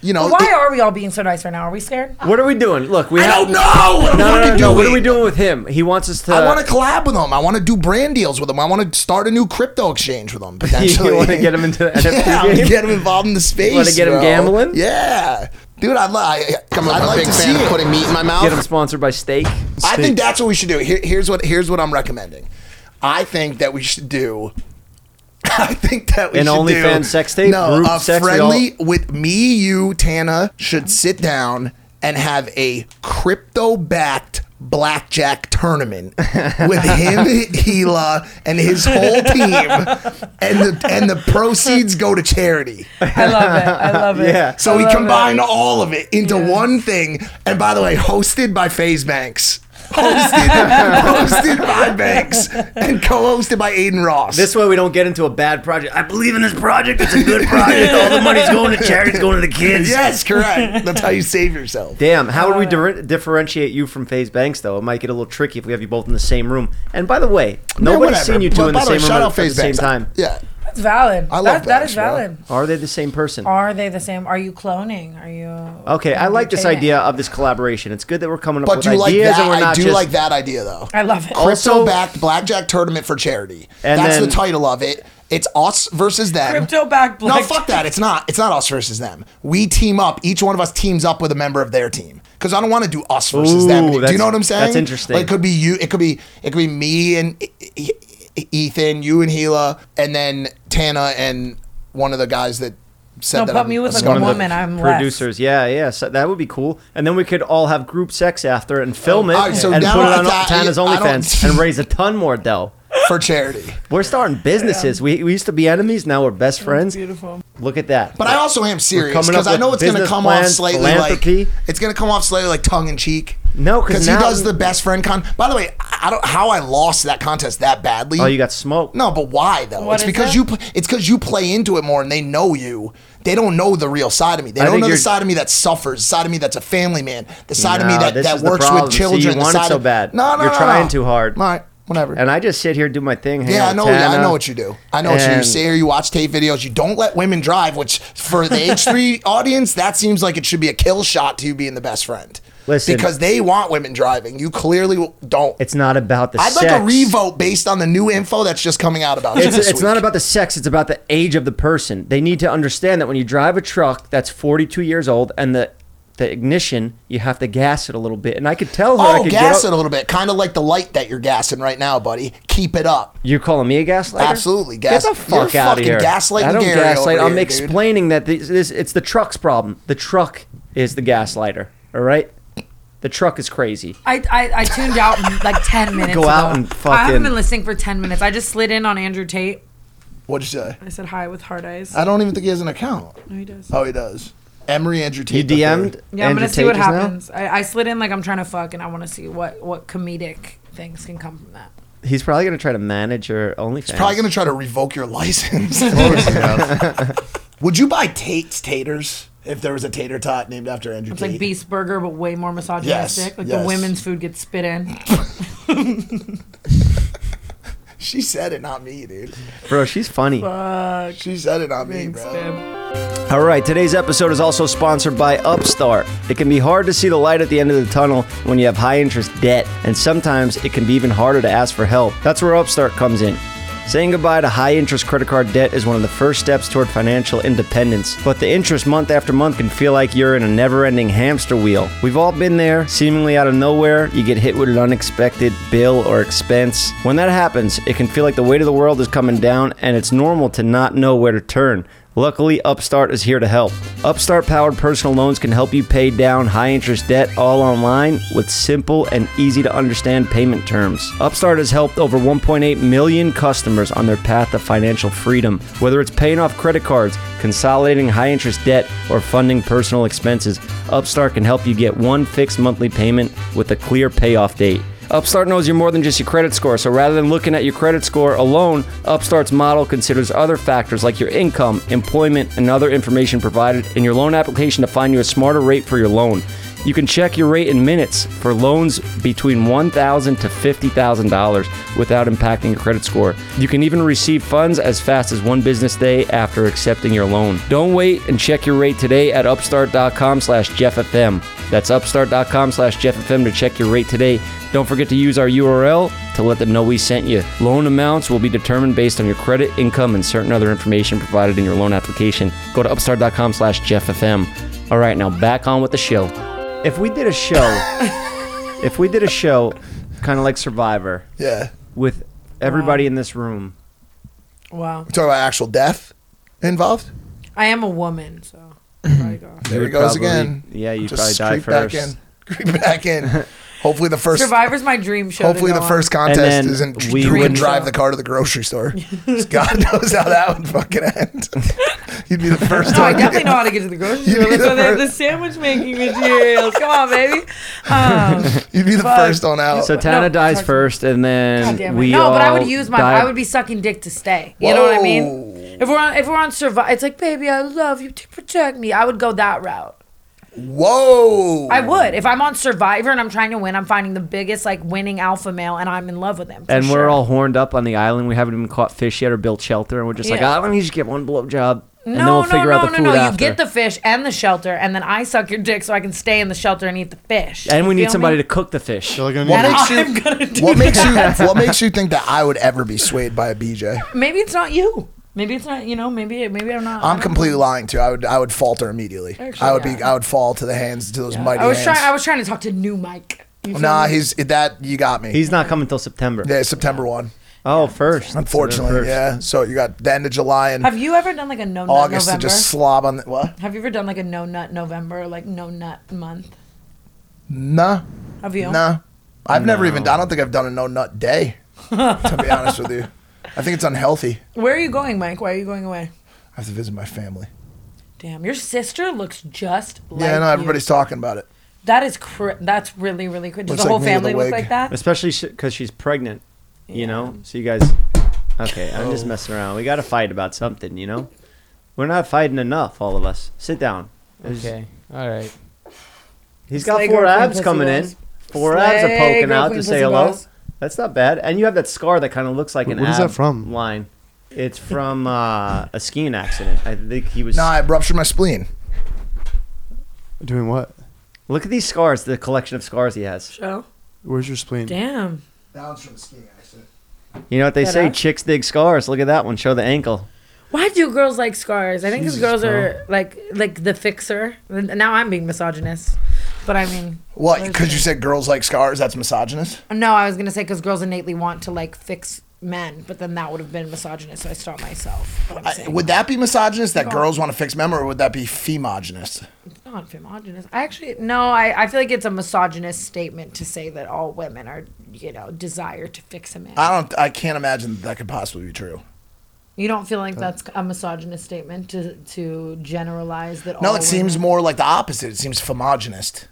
Speaker 2: you know.
Speaker 7: Why
Speaker 2: it-
Speaker 7: are we all being so nice right now? Are we scared?
Speaker 1: What are we doing? Look, we
Speaker 2: I
Speaker 1: have.
Speaker 2: don't know. What,
Speaker 1: No,
Speaker 2: no,
Speaker 1: no, no, no.
Speaker 2: doing?
Speaker 1: What are we doing with him? He wants us to.
Speaker 2: I want to collab with him. I want to do brand deals with him. I want to start a new crypto exchange with him. Potentially,
Speaker 1: You want to get him into the NFT
Speaker 2: yeah, I wanna
Speaker 1: game?
Speaker 2: get him involved in the space.
Speaker 1: wanna get him
Speaker 2: bro.
Speaker 1: gambling?
Speaker 2: Yeah, dude. I'd, li- I, I'm I'd like to see it.
Speaker 6: meat in my
Speaker 1: Get him sponsored by Steak.
Speaker 2: I think that's what we should do. Here, here's what here's what I'm recommending. I think that we should do. I think that we
Speaker 1: An
Speaker 2: should do
Speaker 1: OnlyFans sex tape?
Speaker 2: No,
Speaker 1: Group
Speaker 2: a
Speaker 1: sex, we
Speaker 2: friendly with me, you, Tana should sit down and have a crypto backed blackjack tournament with him, Hila, and his whole team, and the and the proceeds go to charity.
Speaker 7: I love it. I love it.
Speaker 1: Yeah.
Speaker 2: So
Speaker 7: I
Speaker 2: we
Speaker 7: love
Speaker 2: combine all of it into one thing. And by the way, hosted by FaZe Banks. Hosted, hosted by Banks and co-hosted by Aiden Ross.
Speaker 1: This way we don't get into a bad project. I believe in this project. It's a good
Speaker 9: Project,
Speaker 1: project.
Speaker 9: all the money's going to charity, it's going to the kids.
Speaker 2: yes, correct. That's how you save yourself.
Speaker 1: Damn, how would we
Speaker 2: Uh.
Speaker 1: dir- differentiate you from FaZe Banks, though? It might get a little tricky if we have you both in the same room. And by the way, nobody's
Speaker 2: whatever.
Speaker 1: seen you two
Speaker 2: But
Speaker 1: in
Speaker 2: by
Speaker 1: the
Speaker 2: the way,
Speaker 1: same room
Speaker 2: shout
Speaker 1: at,
Speaker 2: out
Speaker 1: at the
Speaker 2: FaZe
Speaker 1: same
Speaker 2: Banks.
Speaker 1: time.
Speaker 2: Yeah,
Speaker 7: That's valid.
Speaker 2: I love
Speaker 7: That- that
Speaker 2: that,
Speaker 7: is
Speaker 2: bro.
Speaker 7: valid.
Speaker 1: Are they the same person?
Speaker 7: Are they the same? Are you cloning? Are you?
Speaker 1: Okay, I like this
Speaker 7: Entertaining.
Speaker 1: idea of this collaboration. It's good that we're coming up
Speaker 2: but
Speaker 1: with
Speaker 2: you like
Speaker 1: ideas
Speaker 2: that?
Speaker 1: and we're
Speaker 2: I
Speaker 1: not
Speaker 2: do
Speaker 1: just.
Speaker 2: like that idea though.
Speaker 7: I love it.
Speaker 1: Also-
Speaker 2: Crypto-backed blackjack tournament for charity.
Speaker 1: And
Speaker 2: That's
Speaker 1: then-
Speaker 2: the title of it. It's us versus them.
Speaker 7: Crypto-backed
Speaker 2: No,
Speaker 7: blackjack.
Speaker 2: fuck that. It's not. It's not us versus them. We team up. Each one of us teams up with a member of their team. Because I don't want to do us versus
Speaker 1: Ooh,
Speaker 2: them. Do
Speaker 1: that's-
Speaker 2: you know what I'm saying?
Speaker 1: that's interesting.
Speaker 2: Like, it could be you. It could be it could be me and E- E- E- Ethan, you and Gila, and then Tana and one of the guys that said
Speaker 7: No,
Speaker 2: that.
Speaker 7: put
Speaker 2: I'm
Speaker 7: me with, like,
Speaker 2: scumbag.
Speaker 7: a woman. I'm less.
Speaker 1: producers. Yeah, yeah, so that would be cool. And then we could all have group sex after and film it
Speaker 2: all right, so
Speaker 1: and
Speaker 2: now
Speaker 1: put it
Speaker 2: I
Speaker 1: on
Speaker 2: thought-
Speaker 1: Tana's
Speaker 2: I don't-
Speaker 1: OnlyFans and raise a ton more dough.
Speaker 2: for charity.
Speaker 1: We're starting businesses. We, we used to be enemies, now we're best friends.
Speaker 7: Beautiful.
Speaker 1: Look at that.
Speaker 2: But I also am serious
Speaker 1: coming
Speaker 2: because
Speaker 1: up
Speaker 2: I know
Speaker 1: with
Speaker 2: it's going to
Speaker 1: business
Speaker 2: come off
Speaker 1: plans,
Speaker 2: slightly like
Speaker 1: philanthropy.
Speaker 2: it's going to come off slightly like tongue in cheek.
Speaker 1: No, 'cause
Speaker 2: he
Speaker 1: now-
Speaker 2: does the best friend con. By the way, I I don't how I lost that contest that badly.
Speaker 1: oh, you got smoked.
Speaker 2: no, but why though?
Speaker 7: What
Speaker 2: it's
Speaker 7: is
Speaker 2: because
Speaker 7: that?
Speaker 2: you pl- it's because you play into it more and they know you. They don't know the real side of me. They
Speaker 1: I
Speaker 2: don't
Speaker 1: think
Speaker 2: know the
Speaker 1: you're-
Speaker 2: side of me that suffers, the side of me that's a family man, the side of me
Speaker 1: No,
Speaker 2: that,
Speaker 1: this
Speaker 2: that
Speaker 1: is the
Speaker 2: works
Speaker 1: problem.
Speaker 2: with
Speaker 1: See, you
Speaker 2: children. the
Speaker 1: want it
Speaker 2: side
Speaker 1: so
Speaker 2: of-
Speaker 1: bad.
Speaker 2: No, no,
Speaker 1: You're
Speaker 2: no,
Speaker 1: trying
Speaker 2: no.
Speaker 1: too hard.
Speaker 2: All right, whatever.
Speaker 1: And I just sit here, do my thing. hang
Speaker 2: Yeah,
Speaker 1: out
Speaker 2: I know.
Speaker 1: with
Speaker 2: I
Speaker 1: Tana.
Speaker 2: know what you do. I know what you do. You
Speaker 1: And-
Speaker 2: sit here, you watch tape videos. You don't let women drive, which for the H three audience, that seems like it should be a kill shot to you being the best friend.
Speaker 1: Listen.
Speaker 2: because they want women driving. You clearly don't.
Speaker 1: It's not about the
Speaker 2: I'd
Speaker 1: sex.
Speaker 2: like a revote based on the new info that's just coming out about you.
Speaker 1: It's,
Speaker 2: this
Speaker 1: it's not
Speaker 2: week.
Speaker 1: about the sex. It's about the age of the person. They need to understand that when you drive a truck that's 42 years old and the the ignition, you have to gas it a little bit. And I could tell her I
Speaker 2: Oh,
Speaker 1: could
Speaker 2: gas
Speaker 1: get
Speaker 2: it
Speaker 1: up-
Speaker 2: a little bit, kind of like the light that you're gassing right now, buddy. Keep it up.
Speaker 1: You're calling me a gaslighter?
Speaker 2: Absolutely,
Speaker 1: Get
Speaker 2: gas-
Speaker 1: the fuck
Speaker 2: you're
Speaker 1: out of
Speaker 2: fucking
Speaker 1: here.
Speaker 2: gaslighting
Speaker 1: I don't
Speaker 2: Gary
Speaker 1: gaslight.
Speaker 2: over
Speaker 1: I'm
Speaker 2: here, dude.
Speaker 1: explaining that this, this it's the truck's problem. The truck is the gaslighter. All right. The truck is crazy.
Speaker 7: I, I, I tuned out in like 10 minutes
Speaker 1: Go out
Speaker 7: ago.
Speaker 1: and
Speaker 7: I haven't
Speaker 1: fucking-
Speaker 7: been listening for 10 minutes. I just slid in on Andrew Tate.
Speaker 2: What did you say?
Speaker 7: I said hi with hard eyes.
Speaker 2: I don't even think he has an account.
Speaker 7: no, he does.
Speaker 2: Oh, he does. Emery Andrew
Speaker 1: You
Speaker 2: Tate. the third.
Speaker 1: DM'd.
Speaker 7: yeah, I'm
Speaker 1: Andrew
Speaker 7: going to see what
Speaker 1: Tate just now?
Speaker 7: happens. I, I slid in like I'm trying to fuck, and I want to see what, what comedic things can come from that.
Speaker 1: He's probably gonna try to manage your OnlyFans.
Speaker 2: Probably gonna try to revoke your license. Would you buy Tate's Taters if there was a tater tot named after Andrew
Speaker 7: It's
Speaker 2: Tate?
Speaker 7: like Beast Burger, but way more misogynistic.
Speaker 2: Yes,
Speaker 7: like
Speaker 2: yes.
Speaker 7: the women's food gets spit in.
Speaker 2: She said it, not me, dude.
Speaker 1: bro. She's funny.
Speaker 2: She said it, not me,
Speaker 7: Thanks,
Speaker 2: bro.
Speaker 7: babe.
Speaker 1: All right, today's episode is also sponsored by Upstart. It can be hard to see the light at the end of the tunnel when you have high interest debt, and sometimes it can be even harder to ask for help. That's where Upstart comes in. Saying goodbye to high interest credit card debt is one of the first steps toward financial independence, but the interest month after month can feel like you're in a never ending hamster wheel. We've all been there, seemingly out of nowhere, you get hit with an unexpected bill or expense. When that happens, it can feel like the weight of the world is coming down, and it's normal to not know where to turn. Luckily, Upstart is here to help. Upstart powered personal loans can help you pay down high interest debt all online with simple and easy to understand payment terms. Upstart has helped over 1.8 million customers on their path to financial freedom. Whether it's paying off credit cards, consolidating high interest debt, or funding personal expenses, Upstart can help you get one fixed monthly payment with a clear payoff date. Upstart knows you're more than just your credit score, so rather than looking at your credit score alone, Upstart's model considers other factors like your income, employment, and other information provided in your loan application to find you a smarter rate for your loan. You can check your rate in minutes for loans between $1,000 to $50,000 without impacting your credit score. You can even receive funds as fast as one business day after accepting your loan. Don't wait and check your rate today at upstart.com slash jefffm. That's upstart.com slash jefffm to check your rate today. Don't forget to use our URL to let them know we sent you. Loan amounts will be determined based on your credit, income, and certain other information provided in your loan application. Go to upstart.com slash jefffm. All right, now back on with the show. If we did a show, if we did a show kind of like Survivor
Speaker 2: Yeah.
Speaker 1: with everybody
Speaker 7: Uh-huh.
Speaker 1: in this room,
Speaker 7: Wow.
Speaker 2: We talking about actual death involved.
Speaker 7: I am a woman, so. probably go.
Speaker 2: There
Speaker 1: You
Speaker 2: he
Speaker 1: would
Speaker 2: goes
Speaker 1: probably-
Speaker 2: again.
Speaker 1: yeah, you'd
Speaker 2: Just
Speaker 1: probably die
Speaker 2: creep back
Speaker 1: first.
Speaker 2: in. Creep back in. Hopefully the first.
Speaker 7: Survivor's my dream show. to
Speaker 2: Hopefully
Speaker 7: go
Speaker 2: the
Speaker 7: on.
Speaker 2: first
Speaker 1: And then
Speaker 2: contest isn't
Speaker 1: we
Speaker 2: who
Speaker 1: would-
Speaker 2: can drive the car to the grocery store. 'Cause God knows how that would fucking end. You'd be the first.
Speaker 7: No, Oh,
Speaker 2: one
Speaker 7: I
Speaker 2: to
Speaker 7: definitely
Speaker 2: get-
Speaker 7: know how to get to the grocery
Speaker 2: You
Speaker 7: store.
Speaker 2: need
Speaker 7: That's why
Speaker 2: the
Speaker 7: they have the
Speaker 2: first-
Speaker 7: sandwich making materials. Come on, baby. Um,
Speaker 2: You'd be the
Speaker 7: Fuck.
Speaker 2: first on out.
Speaker 1: So Tana
Speaker 7: No,
Speaker 1: dies
Speaker 7: sorry.
Speaker 1: first, and
Speaker 7: God
Speaker 1: then
Speaker 7: damn it.
Speaker 1: we
Speaker 7: no, but I would
Speaker 1: all
Speaker 7: use my.
Speaker 1: die-
Speaker 7: I would be sucking dick to stay. You know what I mean? If we're on, if we're on survive, it's like, baby, I love you to protect me. I would go that route.
Speaker 2: Whoa!
Speaker 7: I would. If I'm on Survivor and I'm trying to win, I'm finding the biggest like winning alpha male, and I'm in love with him. for
Speaker 1: and we're
Speaker 7: sure.
Speaker 1: all horned up on the island. We haven't even caught fish yet or built shelter, and we're just like,
Speaker 7: Yeah.
Speaker 1: ah, let me just get one blowjob, and
Speaker 7: No,
Speaker 1: then we'll
Speaker 7: no,
Speaker 1: figure
Speaker 7: no,
Speaker 1: out the
Speaker 7: no,
Speaker 1: food
Speaker 7: no.
Speaker 1: after.
Speaker 7: You get the fish and the shelter, and then I suck your dick so I can stay in the shelter and eat the fish.
Speaker 1: and we
Speaker 7: You
Speaker 1: need
Speaker 7: feel
Speaker 1: somebody
Speaker 7: me?
Speaker 1: to cook the fish.
Speaker 6: They're like,
Speaker 2: What
Speaker 6: gonna
Speaker 2: makes
Speaker 7: I'm
Speaker 2: you?
Speaker 7: gonna do
Speaker 2: What makes
Speaker 7: that.
Speaker 2: you? What makes you think that I would ever be swayed by a BJ?
Speaker 7: Maybe it's not you. Maybe it's not. You know. Maybe maybe I'm not. I
Speaker 2: I'm
Speaker 7: don't
Speaker 2: completely lying to you. I would. I would falter immediately.
Speaker 7: Actually,
Speaker 2: I would be.
Speaker 7: yeah.
Speaker 2: I would fall to the hands to those
Speaker 7: know.
Speaker 2: mighty
Speaker 7: I was
Speaker 2: hands.
Speaker 7: trying. I was trying to talk to new Mike. You feel
Speaker 2: nah,
Speaker 7: me?
Speaker 2: he's that. You got me.
Speaker 1: He's not coming till September.
Speaker 2: yeah, September one.
Speaker 1: Oh, first.
Speaker 2: Unfortunately,
Speaker 1: First.
Speaker 2: yeah. So you got the end of July and
Speaker 7: Have you ever done like a no nut
Speaker 2: August
Speaker 7: November?
Speaker 2: to just slob on the what?
Speaker 7: Have you ever done like a no nut November, like no nut month?
Speaker 2: Nah,
Speaker 7: Have you?
Speaker 2: nah. I've never even. I don't think I've done a no nut day. to be honest with you, I think it's unhealthy.
Speaker 7: Where are you going, Mike? Why are you going away?
Speaker 2: I have to visit my family.
Speaker 7: Damn, your sister looks just like
Speaker 2: yeah, no,
Speaker 7: you.
Speaker 2: everybody's talking about it.
Speaker 7: That is cr- that's really really good. Does
Speaker 2: Looks
Speaker 7: the whole
Speaker 2: like me with a
Speaker 7: family look
Speaker 2: wig.
Speaker 7: like that?
Speaker 1: Especially because she's pregnant, you know? So you guys. Okay, I'm
Speaker 2: Oh.
Speaker 1: just messing around. We got to fight about something, you know? We're not fighting enough, all of us. Sit down. There's-
Speaker 8: Okay. All right.
Speaker 1: He's got
Speaker 7: Slay
Speaker 1: four
Speaker 7: girl, queen
Speaker 1: abs
Speaker 7: pussy
Speaker 1: coming in.
Speaker 7: balls.
Speaker 1: Four
Speaker 7: Slay
Speaker 1: abs are poking
Speaker 7: girl,
Speaker 1: out
Speaker 7: queen
Speaker 1: to say
Speaker 7: pussy
Speaker 1: hello.
Speaker 7: balls.
Speaker 1: That's not bad. And you have that scar that kind of looks like an
Speaker 6: What is
Speaker 1: ab
Speaker 6: that from?
Speaker 1: line. It's from uh, a skiing accident. I think he was.
Speaker 2: Nah, I ruptured my spleen.
Speaker 6: doing what?
Speaker 1: Look at these scars, the collection of scars he has.
Speaker 7: Show.
Speaker 6: Where's your spleen?
Speaker 7: Damn.
Speaker 2: That one's from a skiing accident.
Speaker 1: You know what they
Speaker 7: That
Speaker 1: say?
Speaker 7: up?
Speaker 1: Chicks dig scars. Look at that one. Show the ankle.
Speaker 7: Why do girls like scars? I think 'cause
Speaker 6: Jesus,
Speaker 7: girls
Speaker 6: bro.
Speaker 7: are like like the fixer. Now I'm being misogynist, but I mean,
Speaker 2: What? Because you said girls like scars. That's misogynist.
Speaker 7: no, I was gonna say because girls innately want to like fix men, but then that would have been misogynist. So I stopped myself. What I'm
Speaker 2: I,
Speaker 7: saying.
Speaker 2: would that be misogynist that girls want to fix men, or would that be femogynist?
Speaker 7: not femogenous. I actually no. I, I feel like it's a misogynist statement to say that all women are you know desire to fix a man.
Speaker 2: I don't. I can't imagine that, that could possibly be true.
Speaker 7: you don't feel
Speaker 2: Uh.
Speaker 7: like that's a misogynist statement to to generalize that.
Speaker 2: No,
Speaker 7: all
Speaker 2: it seems
Speaker 7: women-
Speaker 2: more like the opposite. It seems homogenist.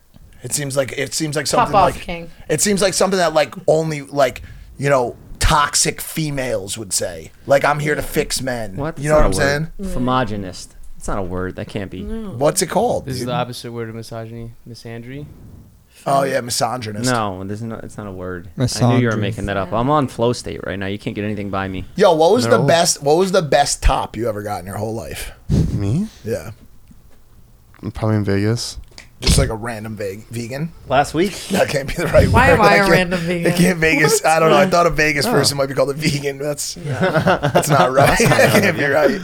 Speaker 2: It seems like it seems like something
Speaker 7: off,
Speaker 2: like
Speaker 7: King.
Speaker 2: it seems like something that like only like you know toxic females would say. Like I'm here to fix men.
Speaker 1: What?
Speaker 2: You know what I'm saying?
Speaker 1: Phomogenist. It's not a word. That can't be.
Speaker 2: What's it called?
Speaker 8: This is
Speaker 2: dude?
Speaker 8: the opposite word of misogyny. Misandry.
Speaker 2: oh yeah, misogynist.
Speaker 1: No, this is not, it's not a word. I knew you were
Speaker 4: Misandry.
Speaker 1: making that up. I'm on flow state right now. You can't get anything by me.
Speaker 2: Yo, what was
Speaker 6: No.
Speaker 2: the best? What was the best top you ever got in your whole life?
Speaker 6: Me?
Speaker 2: Yeah.
Speaker 6: Probably in Vegas.
Speaker 2: Just like a random vague vegan.
Speaker 1: Last week?
Speaker 2: That can't be the right
Speaker 7: Why
Speaker 2: word.
Speaker 7: am I
Speaker 2: That
Speaker 7: a
Speaker 2: can't-
Speaker 7: random vegan?
Speaker 2: That can't Vegas. I don't know. I thought a
Speaker 1: Oh.
Speaker 2: Vegas person might be called a vegan. but That's that's not right. that can't be right.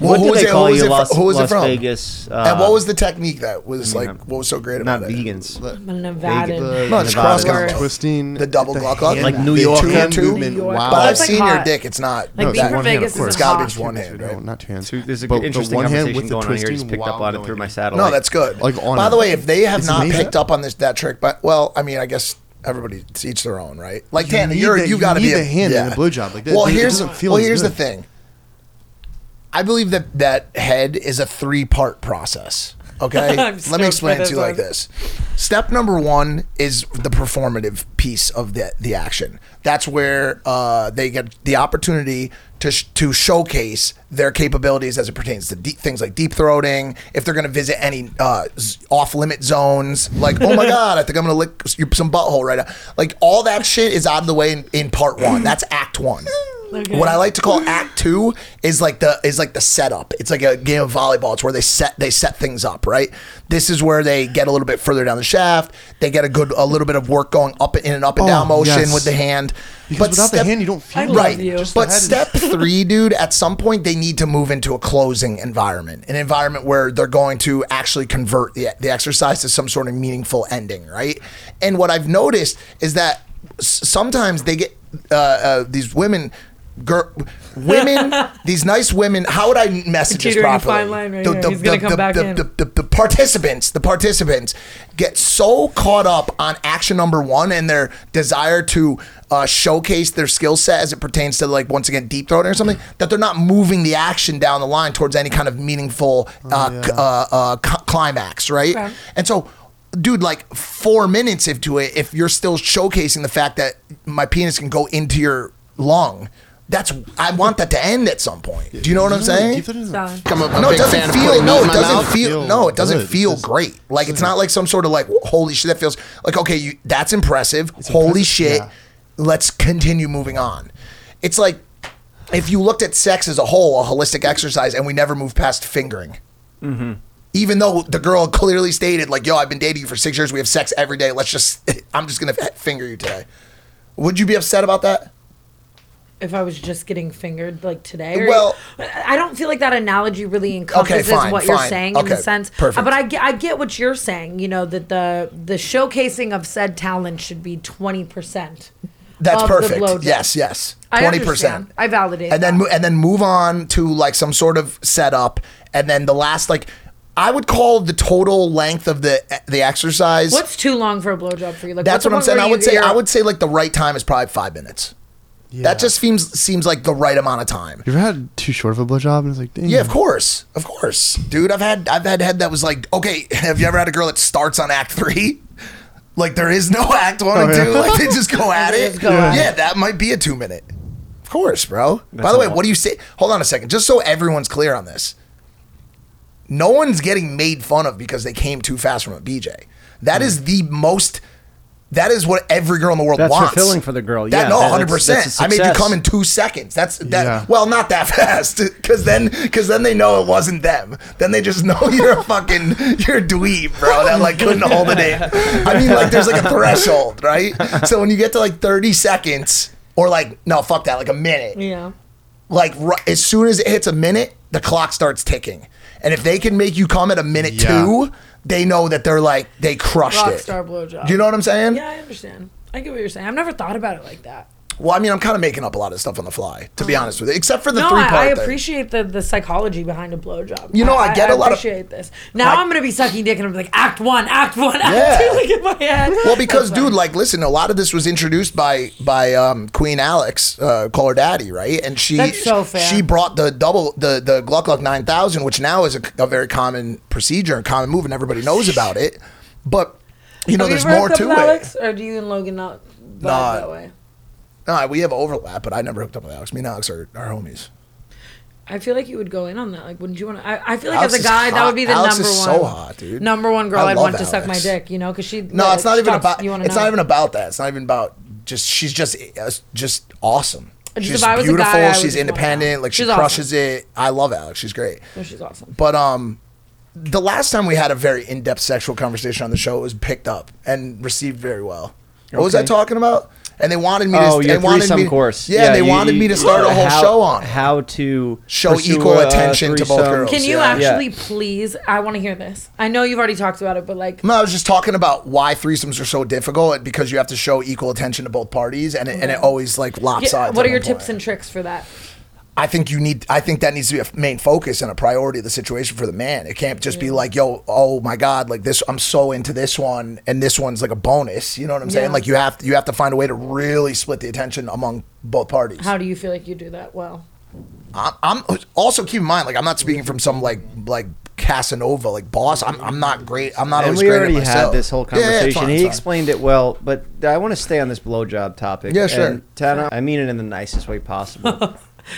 Speaker 2: Well,
Speaker 1: what
Speaker 2: who
Speaker 1: do
Speaker 2: was
Speaker 1: they
Speaker 2: it-
Speaker 1: call
Speaker 2: who was
Speaker 1: you?
Speaker 2: it fro-
Speaker 1: Las,
Speaker 2: who was it
Speaker 1: Las
Speaker 2: from?
Speaker 1: Vegas. Uh,
Speaker 2: and what was the technique that was
Speaker 1: I mean,
Speaker 2: like? What was so great
Speaker 1: not
Speaker 2: about it?
Speaker 1: vegans?
Speaker 7: I'm a Nevadan.
Speaker 2: No,
Speaker 1: Nevada.
Speaker 2: it's cross country.
Speaker 6: Twisting
Speaker 2: The double gluck up,
Speaker 1: Like New York
Speaker 2: two,
Speaker 1: hand
Speaker 2: two.
Speaker 6: movement.
Speaker 7: York.
Speaker 6: Wow.
Speaker 2: But I've
Speaker 7: It's Oh. like
Speaker 2: seen your
Speaker 7: hot.
Speaker 2: dick. It's not.
Speaker 7: Like
Speaker 6: No, it's
Speaker 7: being from
Speaker 6: one hand, of
Speaker 7: Vegas is
Speaker 6: course.
Speaker 2: it's got to be
Speaker 7: hot.
Speaker 2: just one hand,
Speaker 6: No,
Speaker 2: right?
Speaker 6: not two hands.
Speaker 1: Two- There's an
Speaker 6: But the
Speaker 1: interesting
Speaker 6: one hand
Speaker 1: conversation
Speaker 6: with the
Speaker 1: going on here.
Speaker 6: twisting
Speaker 1: Just picked
Speaker 6: while
Speaker 1: up on it
Speaker 6: going
Speaker 1: through my
Speaker 6: in.
Speaker 1: satellite.
Speaker 2: No, that's good.
Speaker 6: Like on
Speaker 2: By
Speaker 6: a-
Speaker 2: the way, if they have
Speaker 6: It's
Speaker 2: not
Speaker 6: amazing.
Speaker 2: picked up on this that trick, but well, I mean, I guess everybody it's each their own, right? Like
Speaker 6: You
Speaker 2: Tana,
Speaker 6: need
Speaker 2: you're
Speaker 6: that-
Speaker 2: you
Speaker 6: you
Speaker 2: got to be
Speaker 6: need the hand in a blowjob like that.
Speaker 2: Well,
Speaker 6: It
Speaker 2: here's
Speaker 6: doesn't feel
Speaker 2: well,
Speaker 6: as
Speaker 2: here's the
Speaker 6: good.
Speaker 2: thing. I believe that that head is a three part process. Okay,
Speaker 7: I'm
Speaker 2: let me
Speaker 7: stoked by
Speaker 2: explain it
Speaker 7: this
Speaker 2: to you like
Speaker 7: one.
Speaker 2: this. Step number one is the performative piece of the the action. That's where uh, they get the opportunity to sh- to showcase their capabilities as it pertains to deep, things like deep throating. If they're going to visit any uh, off limit zones, like oh my god, I think I'm going to lick s- your- some butthole right now. Like all that shit is out of the way in, in part one. That's act one.
Speaker 7: Okay.
Speaker 2: What I like to call Act Two is like the is like the setup. It's like a game of volleyball. It's where they set they set things up. Right. This is where they get a little bit further down the shaft. They get a good a little bit of work going up in an up and
Speaker 6: Oh,
Speaker 2: down motion
Speaker 6: yes.
Speaker 2: with the hand.
Speaker 6: Because without the hand, you don't feel
Speaker 7: I
Speaker 6: it.
Speaker 7: love
Speaker 2: Right.
Speaker 7: you.
Speaker 2: But step three, dude, at some point they need to move into a closing environment, an environment where they're going to actually convert the, the exercise to some sort of meaningful ending, right? And what I've noticed is that s- sometimes they get uh, uh, these women. Gir- women, these nice women. How would I message this
Speaker 7: Teetering a
Speaker 2: properly?
Speaker 7: fine line right here. He's gonna come back
Speaker 2: the-
Speaker 7: in.
Speaker 2: the- the, the participants, the participants get so caught up on action number one and their desire to uh, showcase their skill set as it pertains to like once again deep throating or something that they're not moving the action down the line towards any kind of meaningful uh, c-
Speaker 6: yeah.
Speaker 2: uh, uh, c- climax, right?
Speaker 7: Right.
Speaker 2: And so. Dude, like four minutes into it, if you're still showcasing the fact that my penis can go into your lung, that's I want that to end at some point. Do you know what I'm saying?
Speaker 7: Done.
Speaker 9: I'm a, a
Speaker 2: no,
Speaker 9: big fan
Speaker 2: it doesn't
Speaker 9: of
Speaker 2: feel.
Speaker 9: putting meat
Speaker 2: No,
Speaker 9: in
Speaker 2: it
Speaker 9: my
Speaker 2: doesn't
Speaker 9: mouth.
Speaker 2: feel.
Speaker 6: Feel
Speaker 2: No, it doesn't
Speaker 6: good.
Speaker 2: feel
Speaker 6: It's-
Speaker 2: great. Like it's not like some sort of like holy shit that feels like okay, you that's impressive. holy
Speaker 6: impressive,
Speaker 2: shit,
Speaker 6: yeah.
Speaker 2: let's continue moving on. It's like if you looked at sex as a whole, a holistic exercise, and we never move past fingering.
Speaker 6: Mm-hmm.
Speaker 2: Even though the girl clearly stated, like, "Yo, I've been dating you for six years. We have sex every day. Let's just, I'm just gonna finger you today." Would you be upset about that?
Speaker 7: If I was just getting fingered like today, or-
Speaker 2: Well-
Speaker 7: I don't feel like that analogy really encompasses
Speaker 2: fine,
Speaker 7: what you're
Speaker 2: fine.
Speaker 7: saying in the
Speaker 2: Okay,
Speaker 7: sense.
Speaker 2: perfect.
Speaker 7: But I get, I get what you're saying. You know that the the showcasing of said talent should be twenty percent.
Speaker 2: That's
Speaker 7: Of the blow
Speaker 2: perfect.
Speaker 7: job.
Speaker 2: Yes, yes,
Speaker 7: I
Speaker 2: twenty
Speaker 7: understand.
Speaker 2: percent.
Speaker 7: I validate.
Speaker 2: and then
Speaker 7: that.
Speaker 2: mo- and then move on to like some sort of setup and then the last like I would call the total length of the the exercise.
Speaker 7: what's too long for a blowjob for you? Like
Speaker 2: that's
Speaker 7: what's
Speaker 2: what
Speaker 7: the
Speaker 2: I'm
Speaker 7: one
Speaker 2: saying.
Speaker 7: where
Speaker 2: I
Speaker 7: you-
Speaker 2: would say I
Speaker 7: you're-
Speaker 2: would say like the right time is probably five minutes. That just seems seems like the right amount of time.
Speaker 6: You ever had too short of a blowjob and it's like, damn.
Speaker 2: Yeah, of course, of course, dude. I've had I've had head that was like, okay, have you ever had a girl that starts on act three? Like there is no act one and
Speaker 1: Oh,
Speaker 2: two. Like they just go at
Speaker 7: They
Speaker 2: it.
Speaker 7: just go at
Speaker 2: yeah, that might be a two minute. Of course, bro. By
Speaker 1: That's
Speaker 2: the
Speaker 1: a
Speaker 2: way,
Speaker 1: lot.
Speaker 2: what do you say? Hold on a second, just so everyone's clear on this. No one's getting made fun of because they came too fast from a BJ. That is the most. That is what every girl in the world
Speaker 1: That's
Speaker 2: wants.
Speaker 1: fulfilling for the girl,
Speaker 2: That,
Speaker 1: yeah,
Speaker 2: no,
Speaker 1: that-
Speaker 2: hundred percent.
Speaker 1: that's- that's a
Speaker 2: I made you
Speaker 1: success.
Speaker 2: come in two seconds. That's that.
Speaker 6: Yeah.
Speaker 2: Well, not that fast, because then because then they know it wasn't them. Then they just know you're a fucking you're a dweeb, bro. That like couldn't hold it in. I mean, like there's like a threshold, right? So when you get to like thirty seconds, or like no, fuck that, like a minute
Speaker 7: yeah.
Speaker 2: like ri- as soon as it hits a minute, the clock starts ticking. And if they can make you come at a minute
Speaker 6: Yeah.
Speaker 2: two, they know that they're like they crushed
Speaker 7: Rock
Speaker 2: it.
Speaker 7: star blowjob.
Speaker 2: Do you know what I'm saying?
Speaker 7: Yeah, I understand. I get what you're saying. I've never thought about it like that.
Speaker 2: Well, I mean, I'm kind of making up a lot of stuff on the fly, to be honest with you, except for the
Speaker 7: Uh-huh. No,
Speaker 2: three
Speaker 7: I,
Speaker 2: part.
Speaker 7: I
Speaker 2: thing.
Speaker 7: appreciate the, the psychology behind a blowjob.
Speaker 2: You know, I get
Speaker 7: a
Speaker 2: a lot of-
Speaker 7: appreciate this. Now
Speaker 2: I-
Speaker 7: I'm gonna be sucking dick and I'm like, Act One, Act One, Act
Speaker 2: Yeah.
Speaker 7: Two, like in my head.
Speaker 2: Well, because
Speaker 7: That's
Speaker 2: dude,
Speaker 7: funny.
Speaker 2: like, listen, a lot of this was introduced by by um, Queen Alex, uh, call her daddy, right? And she
Speaker 7: That's so fair.
Speaker 2: she brought the double the the Gluck Gluck nine thousand, which now is a, a very common procedure and common move, and everybody knows about it. But you know,
Speaker 7: Have
Speaker 2: there's
Speaker 7: ever
Speaker 2: more
Speaker 7: had sex
Speaker 2: to
Speaker 7: with
Speaker 2: it.
Speaker 7: Alex, or do you and Logan not vibe
Speaker 2: Nah.
Speaker 7: that way?
Speaker 2: No, we have overlap, but I never hooked up with Alex. Me and Alex are, are homies.
Speaker 7: I feel like you would go in on that. Like, wouldn't you want to? I, I feel like
Speaker 2: Alex
Speaker 7: as a
Speaker 2: is
Speaker 7: guy, that
Speaker 2: hot.
Speaker 7: would be the
Speaker 2: Alex
Speaker 7: number
Speaker 2: is
Speaker 7: one.
Speaker 2: so hot, dude.
Speaker 7: Number one girl
Speaker 2: I
Speaker 7: I'd
Speaker 2: love
Speaker 7: want to suck my
Speaker 2: Alex.
Speaker 7: dick. You know, because she.
Speaker 2: No,
Speaker 7: like,
Speaker 2: it's not even
Speaker 7: talks-
Speaker 2: about.
Speaker 7: You wanna
Speaker 2: It's
Speaker 7: know.
Speaker 2: not even about that. It's not even about. Just she's just uh, just awesome.
Speaker 7: Just
Speaker 2: she's
Speaker 7: if I was a guy,
Speaker 2: beautiful.
Speaker 7: I would
Speaker 2: she's
Speaker 7: just want
Speaker 2: independent.
Speaker 7: Alex.
Speaker 2: Like she
Speaker 7: She's awesome.
Speaker 2: crushes it. I love Alex. She's great.
Speaker 7: No, she's awesome.
Speaker 2: But um, the last time we had a very in-depth sexual conversation on the show, it was picked up and received very well. What was I
Speaker 1: Okay.
Speaker 2: talking about? And they wanted me to.
Speaker 1: Oh,
Speaker 2: they
Speaker 1: your
Speaker 2: wanted
Speaker 1: threesome
Speaker 2: me,
Speaker 1: course.
Speaker 2: Yeah, they
Speaker 1: you-
Speaker 2: wanted
Speaker 1: you-
Speaker 2: me to start a whole
Speaker 1: how-
Speaker 2: show on. it.
Speaker 1: how to
Speaker 2: Show
Speaker 1: pursue
Speaker 2: equal
Speaker 1: a
Speaker 2: attention to both
Speaker 1: threesome.
Speaker 2: girls.
Speaker 7: Can you
Speaker 2: Yeah.
Speaker 7: actually please? I want to hear this. I know you've already talked about it, but like,
Speaker 2: No, I was just talking about why threesomes are so difficult and because you have to show equal attention to both parties, and it, and it always like
Speaker 7: yeah,
Speaker 2: lopsides. at
Speaker 7: what are
Speaker 2: one
Speaker 7: your
Speaker 2: point.
Speaker 7: tips and tricks for that?
Speaker 2: I think you need. I think that needs to be a f- main focus and a priority of the situation for the man. It can't just be like, yo, oh my god, like this. I'm so into this one, and this one's like a bonus. You know what I'm saying?
Speaker 7: Yeah.
Speaker 2: Like you have you have to find a way to really split the attention among both parties.
Speaker 7: How do you feel like you do that well?
Speaker 2: I- I'm also keep in mind, like I'm not speaking from some like like Casanova like boss. I'm I'm not great. I'm not
Speaker 1: And
Speaker 2: always
Speaker 1: we
Speaker 2: great. at
Speaker 1: already had
Speaker 2: myself.
Speaker 1: this whole
Speaker 2: Yeah, yeah,
Speaker 1: conversation.
Speaker 2: it's fine, it's
Speaker 1: he
Speaker 2: fine.
Speaker 1: explained it well, but I want to stay on this blowjob topic.
Speaker 2: Yeah, sure.
Speaker 1: And, Tana, I mean it in the nicest way possible. I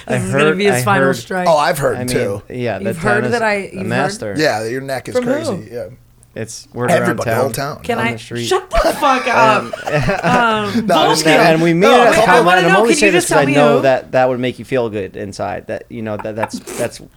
Speaker 7: This is gonna
Speaker 1: heard-
Speaker 7: be his
Speaker 1: I
Speaker 7: final
Speaker 1: heard-
Speaker 7: strike.
Speaker 2: Oh, I've heard
Speaker 1: I mean,
Speaker 2: too.
Speaker 1: yeah,
Speaker 7: You've heard
Speaker 1: Tana's
Speaker 7: that I-
Speaker 1: a
Speaker 7: you've heard?
Speaker 1: master.
Speaker 2: Yeah, your neck is
Speaker 7: From who?
Speaker 2: crazy. Yeah,
Speaker 1: it's word
Speaker 2: everybody, the whole
Speaker 1: around
Speaker 2: town.
Speaker 7: Can
Speaker 1: on
Speaker 7: I
Speaker 1: the street.
Speaker 7: shut the fuck up? um,
Speaker 2: No,
Speaker 1: And,
Speaker 2: just kidding.
Speaker 7: Volkio.
Speaker 1: and we mean
Speaker 2: No,
Speaker 1: it as a
Speaker 2: I- I
Speaker 1: compliment.
Speaker 7: wanna
Speaker 1: and I'm
Speaker 7: know,
Speaker 1: only
Speaker 7: can you
Speaker 1: saying this
Speaker 7: just tell
Speaker 1: because I
Speaker 7: me
Speaker 1: know
Speaker 7: who?
Speaker 1: that that would make you feel good inside. That you know that that's that's what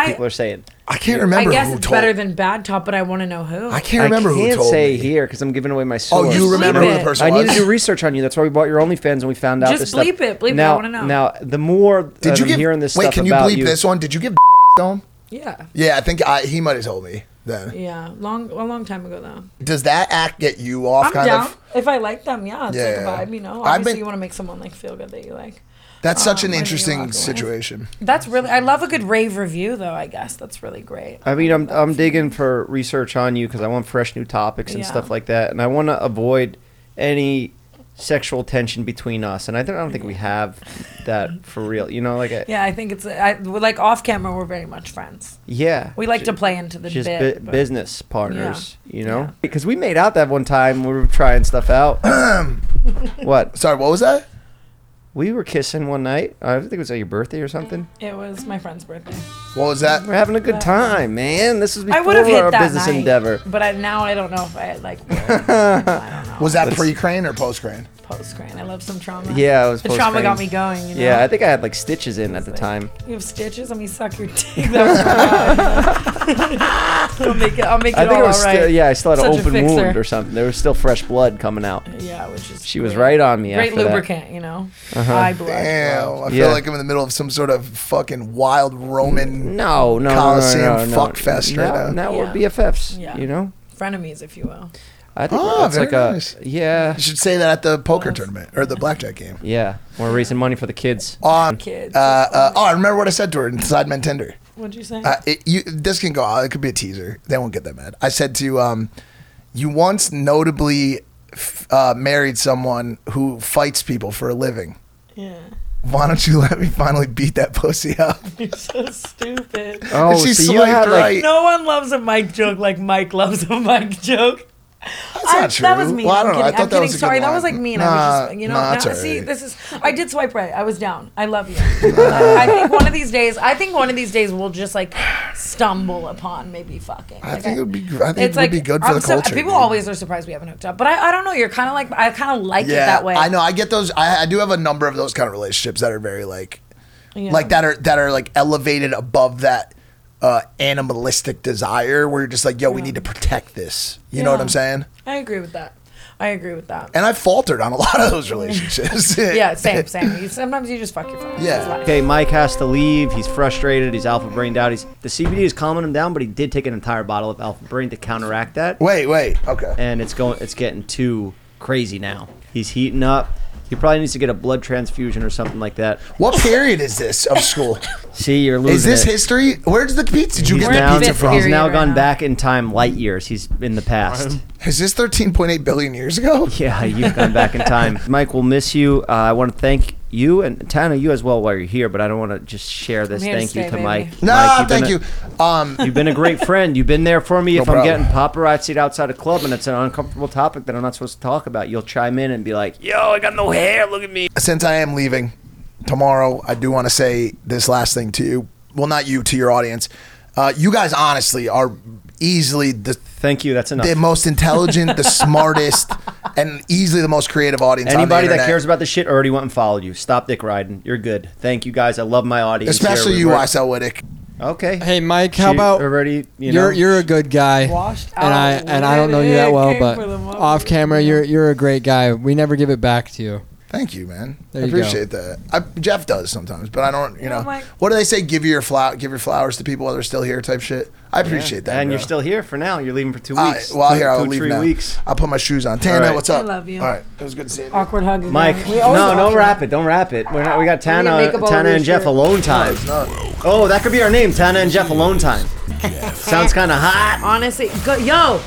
Speaker 7: I-
Speaker 1: people are saying.
Speaker 2: I can't
Speaker 7: I
Speaker 2: remember.
Speaker 7: guess
Speaker 2: who
Speaker 7: it's
Speaker 2: told,
Speaker 7: better than bad top, but I want to know who.
Speaker 2: I can't remember
Speaker 1: I
Speaker 2: who
Speaker 1: can't
Speaker 2: told
Speaker 1: say
Speaker 2: me.
Speaker 1: here because I'm giving away my source.
Speaker 2: Oh, you remember
Speaker 7: bleep
Speaker 2: who the
Speaker 7: it.
Speaker 2: person
Speaker 1: I
Speaker 2: was?
Speaker 1: need to do research on you. That's why we bought your OnlyFans and we found out
Speaker 7: Just
Speaker 1: this stuff.
Speaker 7: bleep it, bleep it, I
Speaker 1: now,
Speaker 7: wanna know.
Speaker 1: Now, the more
Speaker 2: Did you
Speaker 1: I'm
Speaker 2: give?
Speaker 1: hearing this
Speaker 2: wait,
Speaker 1: stuff
Speaker 2: can you
Speaker 1: about
Speaker 2: bleep
Speaker 1: you,
Speaker 2: this one? Did you give to him?
Speaker 7: yeah,
Speaker 2: Yeah, I think I, he might have told me then.
Speaker 7: yeah, long a long time ago though.
Speaker 2: Does that act get you off?
Speaker 7: I'm
Speaker 2: kind
Speaker 7: down
Speaker 2: of.
Speaker 7: if I like them. Yeah, it's
Speaker 2: Yeah.
Speaker 7: like a vibe, you know.
Speaker 2: I've
Speaker 7: Obviously,
Speaker 2: been-
Speaker 7: you want to make someone like feel good that you like.
Speaker 2: That's such
Speaker 7: Um,
Speaker 2: an
Speaker 7: I think you're
Speaker 2: interesting
Speaker 7: welcome.
Speaker 2: situation.
Speaker 7: That's really. I love a good rave review though. I guess that's really great.
Speaker 1: I mean, I'm I'm digging for research on you because I want fresh new topics and
Speaker 7: Yeah.
Speaker 1: stuff like that, and I want to avoid any sexual tension between us. And I don't, I don't think we have that for real. You know, like I, yeah,
Speaker 7: Yeah, I think it's I, we're like off camera. We're very much friends. We like to play into the
Speaker 1: just
Speaker 7: bit.
Speaker 1: bu-
Speaker 7: but-
Speaker 1: business partners. You know, because we made out that one time we were trying stuff out. what
Speaker 2: Sorry, what was that?
Speaker 1: we were kissing one night. I think it was at your birthday or something.
Speaker 7: It was my friend's birthday.
Speaker 2: What was that?
Speaker 1: We're having a good time, man. This is
Speaker 7: I
Speaker 1: before
Speaker 7: would have hit
Speaker 1: our
Speaker 7: that
Speaker 1: business
Speaker 7: night,
Speaker 1: endeavor.
Speaker 7: but I, now I don't know if I like. would. I don't know.
Speaker 2: Was that pre crane or post crane?
Speaker 7: post crane? I love some trauma.
Speaker 1: Yeah, it was
Speaker 7: the trauma
Speaker 1: post-crane.
Speaker 7: got me going. You know?
Speaker 1: Yeah, I think I had like stitches in at the
Speaker 7: Like,
Speaker 1: time.
Speaker 7: You have stitches. Let me suck your dick. That was- I'll make it. I'll make it
Speaker 1: I think
Speaker 7: all
Speaker 1: it was
Speaker 7: alright.
Speaker 1: still, yeah, I still had
Speaker 7: Such
Speaker 1: an
Speaker 7: a
Speaker 1: open
Speaker 7: fixer.
Speaker 1: wound or something. There was still fresh blood coming out.
Speaker 7: Yeah, which is
Speaker 1: She was
Speaker 7: great.
Speaker 1: right on me.
Speaker 7: Great
Speaker 1: after that. Uh-huh.
Speaker 7: lubricant, you know. Eye blood.
Speaker 2: Damn,
Speaker 1: Yeah.
Speaker 2: I feel like I'm in the middle of some sort of fucking wild Roman.
Speaker 1: No, no,
Speaker 2: Coliseum
Speaker 1: no, no, no, no.
Speaker 2: fuck fest right
Speaker 1: now.
Speaker 2: now.
Speaker 1: Now we're
Speaker 7: Yeah.
Speaker 1: BFFs.
Speaker 7: Yeah.
Speaker 1: You know,
Speaker 7: Frenemies, if you will.
Speaker 1: I think
Speaker 2: Oh,
Speaker 1: that's
Speaker 2: very
Speaker 1: like a
Speaker 2: nice.
Speaker 1: yeah,
Speaker 2: You should say that at the poker tournament or the blackjack game.
Speaker 1: yeah. We're raising money for the kids.
Speaker 2: Um,
Speaker 7: Kids.
Speaker 2: uh, uh, oh, I remember what I said to her in Sidemen Tinder.
Speaker 7: What'd you say?
Speaker 2: Uh, it, you, this can go out. It could be a teaser. They won't get that mad. I said to um, you once notably f- uh, married someone who fights people for a living.
Speaker 7: yeah.
Speaker 2: Why don't you let me finally beat that pussy up?
Speaker 7: You're so stupid.
Speaker 1: Oh,
Speaker 2: she
Speaker 1: so you
Speaker 2: swiped
Speaker 1: had, like-
Speaker 2: right.
Speaker 7: No one loves a Mike joke like Mike loves a Mike joke.
Speaker 2: That's not true.
Speaker 7: That was mean.
Speaker 2: Well, I
Speaker 7: I'm
Speaker 2: don't know. I
Speaker 7: kidding.
Speaker 2: thought
Speaker 7: I'm
Speaker 2: that
Speaker 7: kidding.
Speaker 2: was a good
Speaker 7: Sorry, that
Speaker 2: line.
Speaker 7: was like mean. I
Speaker 2: Nah,
Speaker 7: was just, you know,
Speaker 2: nah,
Speaker 7: now-
Speaker 2: it's all
Speaker 7: see,
Speaker 2: right.
Speaker 7: this is. I did swipe right. I was down. I love you. I think one of these days. I think one of these days we'll just like stumble upon maybe fucking.
Speaker 2: I
Speaker 7: Like,
Speaker 2: think it would be. I think it would be good for
Speaker 7: I'm
Speaker 2: the
Speaker 7: so-
Speaker 2: culture.
Speaker 7: People
Speaker 2: dude.
Speaker 7: always are surprised we haven't hooked up, but I, I don't know. You're kind of like I kind of like it that way.
Speaker 2: I know. I get those. I, I do have a number of those kind of relationships that are very like,
Speaker 7: Yeah.
Speaker 2: like that are that are like elevated above that uh animalistic desire where you're just like, yo, we need to protect this. You know what
Speaker 7: Yeah.
Speaker 2: I'm saying?
Speaker 7: I agree with that. I agree with that.
Speaker 2: And I faltered on a lot of those relationships.
Speaker 7: Yeah, same, same. You, sometimes you just fuck your phone.
Speaker 2: Yeah.
Speaker 7: It's fine.
Speaker 1: Okay, Mike has to leave. He's frustrated. He's alpha brained out. He's the CBD is calming him down, but he did take an entire bottle of alpha brain to counteract that.
Speaker 2: Wait, wait. Okay.
Speaker 1: and it's going it's getting too crazy now. He's heating up. He probably needs to get a blood transfusion or something like that.
Speaker 2: What period is this of school?
Speaker 1: See, you're losing.
Speaker 2: Is this
Speaker 1: it.
Speaker 2: history? Where's the pizza? Did you
Speaker 1: He's
Speaker 2: get
Speaker 1: now,
Speaker 2: the pizza
Speaker 7: fifth
Speaker 2: from?
Speaker 1: he's
Speaker 7: period
Speaker 1: now
Speaker 7: right
Speaker 1: gone
Speaker 7: now.
Speaker 1: back in time light years. He's in the past.
Speaker 2: Is this 13.8 billion years ago?
Speaker 1: Yeah, you've gone back in time. Mike, we'll miss you. Uh, I want to thank you and Tana, you as well, while you're here. But I don't want to just share this.
Speaker 7: I'm here to
Speaker 1: Thank you
Speaker 7: stay,
Speaker 1: to
Speaker 7: baby.
Speaker 1: Mike. Mike,
Speaker 2: Nah,
Speaker 1: you've been
Speaker 2: thank
Speaker 1: a-
Speaker 2: you. Um,
Speaker 1: You've been a great friend. You've been there for me if I'm
Speaker 2: problem.
Speaker 1: getting paparazzi'd outside a club and it's an uncomfortable topic that I'm not supposed to talk about. You'll chime in and be like, "Yo, I got no hair. Look at me."
Speaker 2: since I am leaving tomorrow, I do want to say this last thing to you. Well, not you, to your audience. Uh, you guys honestly are easily the,
Speaker 1: Thank you. That's enough.
Speaker 2: the most intelligent, the smartest, and easily the most creative audience. on the
Speaker 1: Anybody that
Speaker 2: internet.
Speaker 1: cares about the shit already went and followed you. Stop dick riding. You're good. Thank you guys. I love my audience. here.
Speaker 2: especially
Speaker 1: We
Speaker 2: you,
Speaker 1: work-
Speaker 2: Isel Wittick.
Speaker 1: Okay.
Speaker 4: Hey, Mike, how
Speaker 1: She
Speaker 4: about
Speaker 1: already? You
Speaker 4: you
Speaker 1: know,
Speaker 4: are you're a good guy,
Speaker 7: Washed
Speaker 4: and I
Speaker 7: out
Speaker 4: and I don't know you that
Speaker 7: women
Speaker 4: well,
Speaker 7: came for the
Speaker 4: but
Speaker 7: money.
Speaker 4: off camera, you're you're a great guy. We never give it back to you.
Speaker 2: Thank you, man.
Speaker 4: There
Speaker 2: I
Speaker 4: you go.
Speaker 2: appreciate that. I, Jeff does sometimes, but I don't. You
Speaker 7: No,
Speaker 2: know,
Speaker 7: Mike.
Speaker 2: what do they say? Give your flower, give your flowers to people while they're still here, type shit. I appreciate that.
Speaker 1: and
Speaker 2: bro.
Speaker 1: you're still here for now. You're leaving for two
Speaker 2: All right,
Speaker 1: weeks.
Speaker 2: well,
Speaker 1: two,
Speaker 2: here I'll
Speaker 1: two,
Speaker 2: leave
Speaker 1: three
Speaker 2: now.
Speaker 1: weeks.
Speaker 2: I'll put my shoes on. Tana,
Speaker 1: All right.
Speaker 2: what's up?
Speaker 7: I love you.
Speaker 2: All right, it was good to see you.
Speaker 7: Awkward hug. again.
Speaker 1: Mike,
Speaker 7: We always
Speaker 1: no, no,
Speaker 7: awkward.
Speaker 1: wrap it. Don't wrap it. We're not. We got
Speaker 7: need
Speaker 1: Tana,
Speaker 7: makeup all
Speaker 1: Tana
Speaker 7: over your
Speaker 1: and Jeff
Speaker 7: shirt.
Speaker 1: alone time.
Speaker 2: It's not-
Speaker 1: Oh, that could be our name, Tana and Jeff alone time. Sounds kind of hot.
Speaker 7: Honestly, go, yo,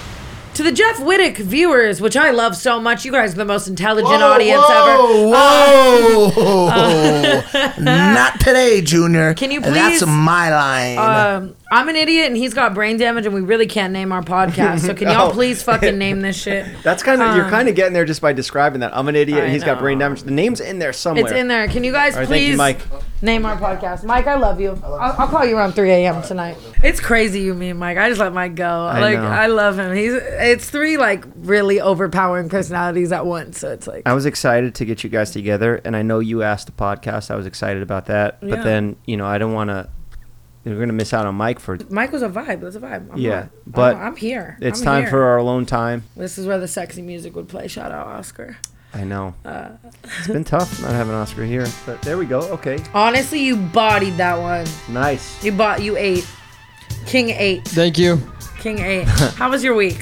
Speaker 7: to the Jeff Whittick viewers, which I love so much. You guys are the most intelligent audience ever. Uh,
Speaker 2: Whoa, whoa. not today, Junior.
Speaker 7: Can you
Speaker 2: That's
Speaker 7: please,
Speaker 2: my line.
Speaker 7: um, I'm an idiot and he's got brain damage, and we really can't name our podcast. So can y'all
Speaker 1: No.
Speaker 7: please fucking name this shit?
Speaker 1: That's kind of you're kind of getting there just by describing that. I'm an idiot.
Speaker 7: Uh. I
Speaker 1: and He's got
Speaker 7: know.
Speaker 1: brain damage. The name's in there somewhere.
Speaker 7: It's in there. Can you guys
Speaker 1: right, thank you,
Speaker 7: please
Speaker 1: Mike.
Speaker 7: name our podcast? Mike, I love you. I'll, I'll call you around 3 a.m. tonight. It's crazy, you, me, and Mike. I just let Mike go. like
Speaker 1: know.
Speaker 7: I love him. He's it's three like really overpowering personalities at once. So it's like
Speaker 1: I was excited to get you guys together, and I know you asked the podcast. I was excited about that,
Speaker 7: Yeah.
Speaker 1: but then you know I don't want to. We're gonna miss out on Mike for.
Speaker 7: Mike was a vibe. That's a vibe. I'm
Speaker 1: Yeah,
Speaker 7: not-
Speaker 1: but
Speaker 7: I'm, I'm here.
Speaker 1: It's
Speaker 7: I'm
Speaker 1: time
Speaker 7: here.
Speaker 1: for our alone time.
Speaker 7: This is where the sexy music would play. Shout out Oscar.
Speaker 1: I know
Speaker 7: Uh.
Speaker 1: it's been tough not having Oscar here, but there we go. Okay,
Speaker 7: Honestly, you bodied that one.
Speaker 1: nice.
Speaker 7: You bought. You ate. King ate.
Speaker 4: Thank you.
Speaker 7: King ate. How was your week?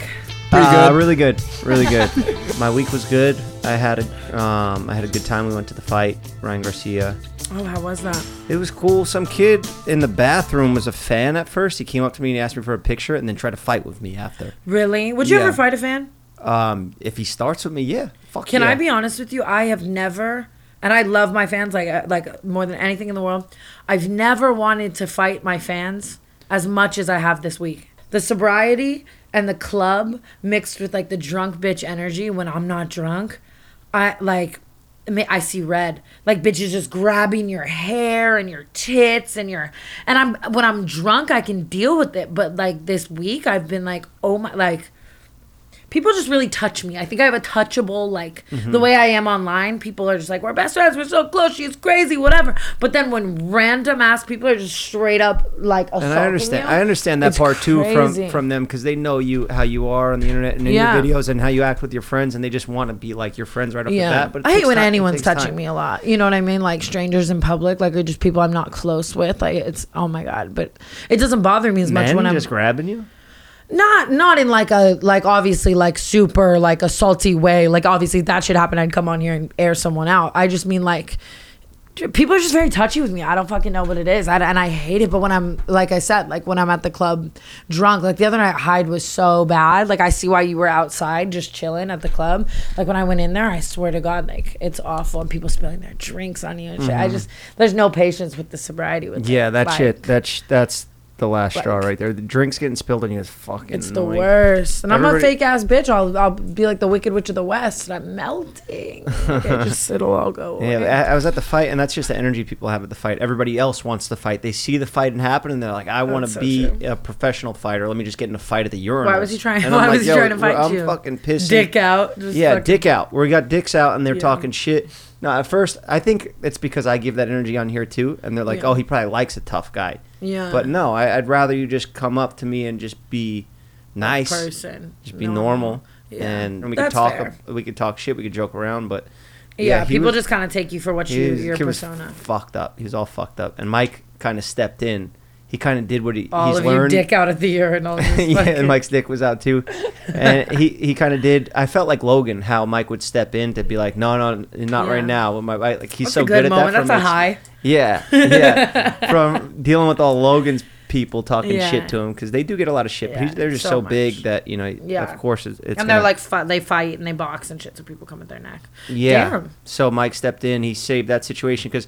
Speaker 4: Pretty
Speaker 1: Uh,
Speaker 4: good.
Speaker 1: really good, really good. My week was good. I had a, um, I had a good time. We went to the fight, Ryan Garcia.
Speaker 7: Oh, how was that?
Speaker 1: It was cool. Some kid in the bathroom was a fan at first. He came up to me and asked me for a picture, and then tried to fight with me after.
Speaker 7: Really? Would you
Speaker 1: Yeah.
Speaker 7: ever fight a fan?
Speaker 1: Um, if he starts with me, yeah, fuck.
Speaker 7: Can
Speaker 1: yeah.
Speaker 7: I be honest with you? I have never, and I love my fans like uh, like more than anything in the world. I've never wanted to fight my fans as much as I have this week. The sobriety and the club mixed with like the drunk bitch energy when I'm not drunk, I like. I mean, I see red, like bitches just grabbing your hair and your tits and your, and I'm when I'm drunk I can deal with it, but like this week I've been like, oh my, like people just really touch me. I think I have a touchable like
Speaker 1: Mm-hmm.
Speaker 7: the way I am online. People are just like, "We're best friends. We're so close. She's crazy. Whatever." But then when random ass people are just straight up like assaulting
Speaker 1: And I understand.
Speaker 7: you,
Speaker 1: I understand that
Speaker 7: it's
Speaker 1: part too
Speaker 7: crazy.
Speaker 1: from from them because they know you how you are on the internet and in
Speaker 7: Yeah.
Speaker 1: your videos and how you act with your friends, and they just want to be like your friends right off
Speaker 7: Yeah,
Speaker 1: the bat. But it
Speaker 7: I hate
Speaker 1: takes
Speaker 7: when
Speaker 1: time- it
Speaker 7: anyone's
Speaker 1: takes
Speaker 7: touching
Speaker 1: time.
Speaker 7: me a lot. You know what I mean? Like strangers in public, like they're just people I'm not close with. Like it's oh my god, but it doesn't bother me as much
Speaker 1: Men
Speaker 7: when I'm
Speaker 1: just grabbing you.
Speaker 7: not not in like a like obviously like super like a salty way like obviously if that should happen i'd come on here and air someone out i just mean like j- people are just very touchy with me i don't fucking know what it is I, and i hate it but when i'm like i said like when i'm at the club drunk like the other night hyde was so bad like i see why you were outside just chilling at the club like when i went in there i swear to god like it's awful and people spilling their drinks on you and shit i just there's no patience with the sobriety with
Speaker 1: Mm-hmm. Yeah,
Speaker 7: it.
Speaker 1: that
Speaker 7: Like,
Speaker 1: shit. That's that's the last straw
Speaker 7: Like-
Speaker 1: right there. The drinks getting spilled on you is fucking.
Speaker 7: It's the
Speaker 1: annoying.
Speaker 7: worst. And I'm a
Speaker 1: Everybody-
Speaker 7: fake ass bitch. I'll, I'll be like the Wicked Witch of the West, and I'm melting. Like, I just it'll all go away.
Speaker 1: Yeah, I, I was at the fight, and that's just the energy people have at the fight. Everybody else wants the fight. They see the fight and happen, and they're like, "I want to
Speaker 7: Oh, so
Speaker 1: be
Speaker 7: true.
Speaker 1: a professional fighter. Let me just get in a fight at the urinal."
Speaker 7: why was he trying?
Speaker 1: And
Speaker 7: Why
Speaker 1: I'm
Speaker 7: was
Speaker 1: like,
Speaker 7: he
Speaker 1: "Yo,
Speaker 7: trying to fight
Speaker 1: I'm
Speaker 7: you?
Speaker 1: fucking pissed.
Speaker 7: Dick out. Just
Speaker 1: yeah,
Speaker 7: fucking-
Speaker 1: dick out. We got dicks out, and they're
Speaker 7: Yeah.
Speaker 1: talking shit. No, at first I think it's because I give that energy on here too, and they're like,
Speaker 7: Yeah.
Speaker 1: "Oh, he probably likes a tough guy."
Speaker 7: Yeah.
Speaker 1: But no, I, I'd rather you just come up to me and just be nice,
Speaker 7: Person.
Speaker 1: just be
Speaker 7: No.
Speaker 1: normal,
Speaker 7: Yeah.
Speaker 1: and we could
Speaker 7: That's
Speaker 1: talk.
Speaker 7: fair.
Speaker 1: We could talk shit. We could joke around, but
Speaker 7: Yeah,
Speaker 1: he
Speaker 7: people
Speaker 1: was-
Speaker 7: just kind of take you for what
Speaker 1: he
Speaker 7: you
Speaker 1: was,
Speaker 7: your
Speaker 1: kid was
Speaker 7: persona.
Speaker 1: fucked up. He was all fucked up, and Mike kind of stepped in. He kind of did what he,
Speaker 7: All
Speaker 1: he's
Speaker 7: of
Speaker 1: learned.
Speaker 7: you dick out at the urinal. just
Speaker 1: yeah,
Speaker 7: fucking-
Speaker 1: and Mike's dick was out too, and he, he kind of did. I felt like Logan, how Mike would step in to be like, no, no, not
Speaker 7: Yeah.
Speaker 1: right now. With my bite, like he's
Speaker 7: That's
Speaker 1: so
Speaker 7: a good,
Speaker 1: at
Speaker 7: moment.
Speaker 1: that.
Speaker 7: That's
Speaker 1: from
Speaker 7: a
Speaker 1: ex-
Speaker 7: high.
Speaker 1: Yeah, yeah. from dealing with all Logan's people talking
Speaker 7: Yeah.
Speaker 1: shit to him because they do get a lot of shit. but
Speaker 7: Yeah,
Speaker 1: he's, they're just
Speaker 7: so
Speaker 1: so, big
Speaker 7: much.
Speaker 1: that you know,
Speaker 7: Yeah.
Speaker 1: of course, it's, it's
Speaker 7: And they're
Speaker 1: gonna-
Speaker 7: like, fi- they fight and they box and shit, so people come at their neck.
Speaker 1: yeah.
Speaker 7: Damn.
Speaker 1: So Mike stepped in. He saved that situation because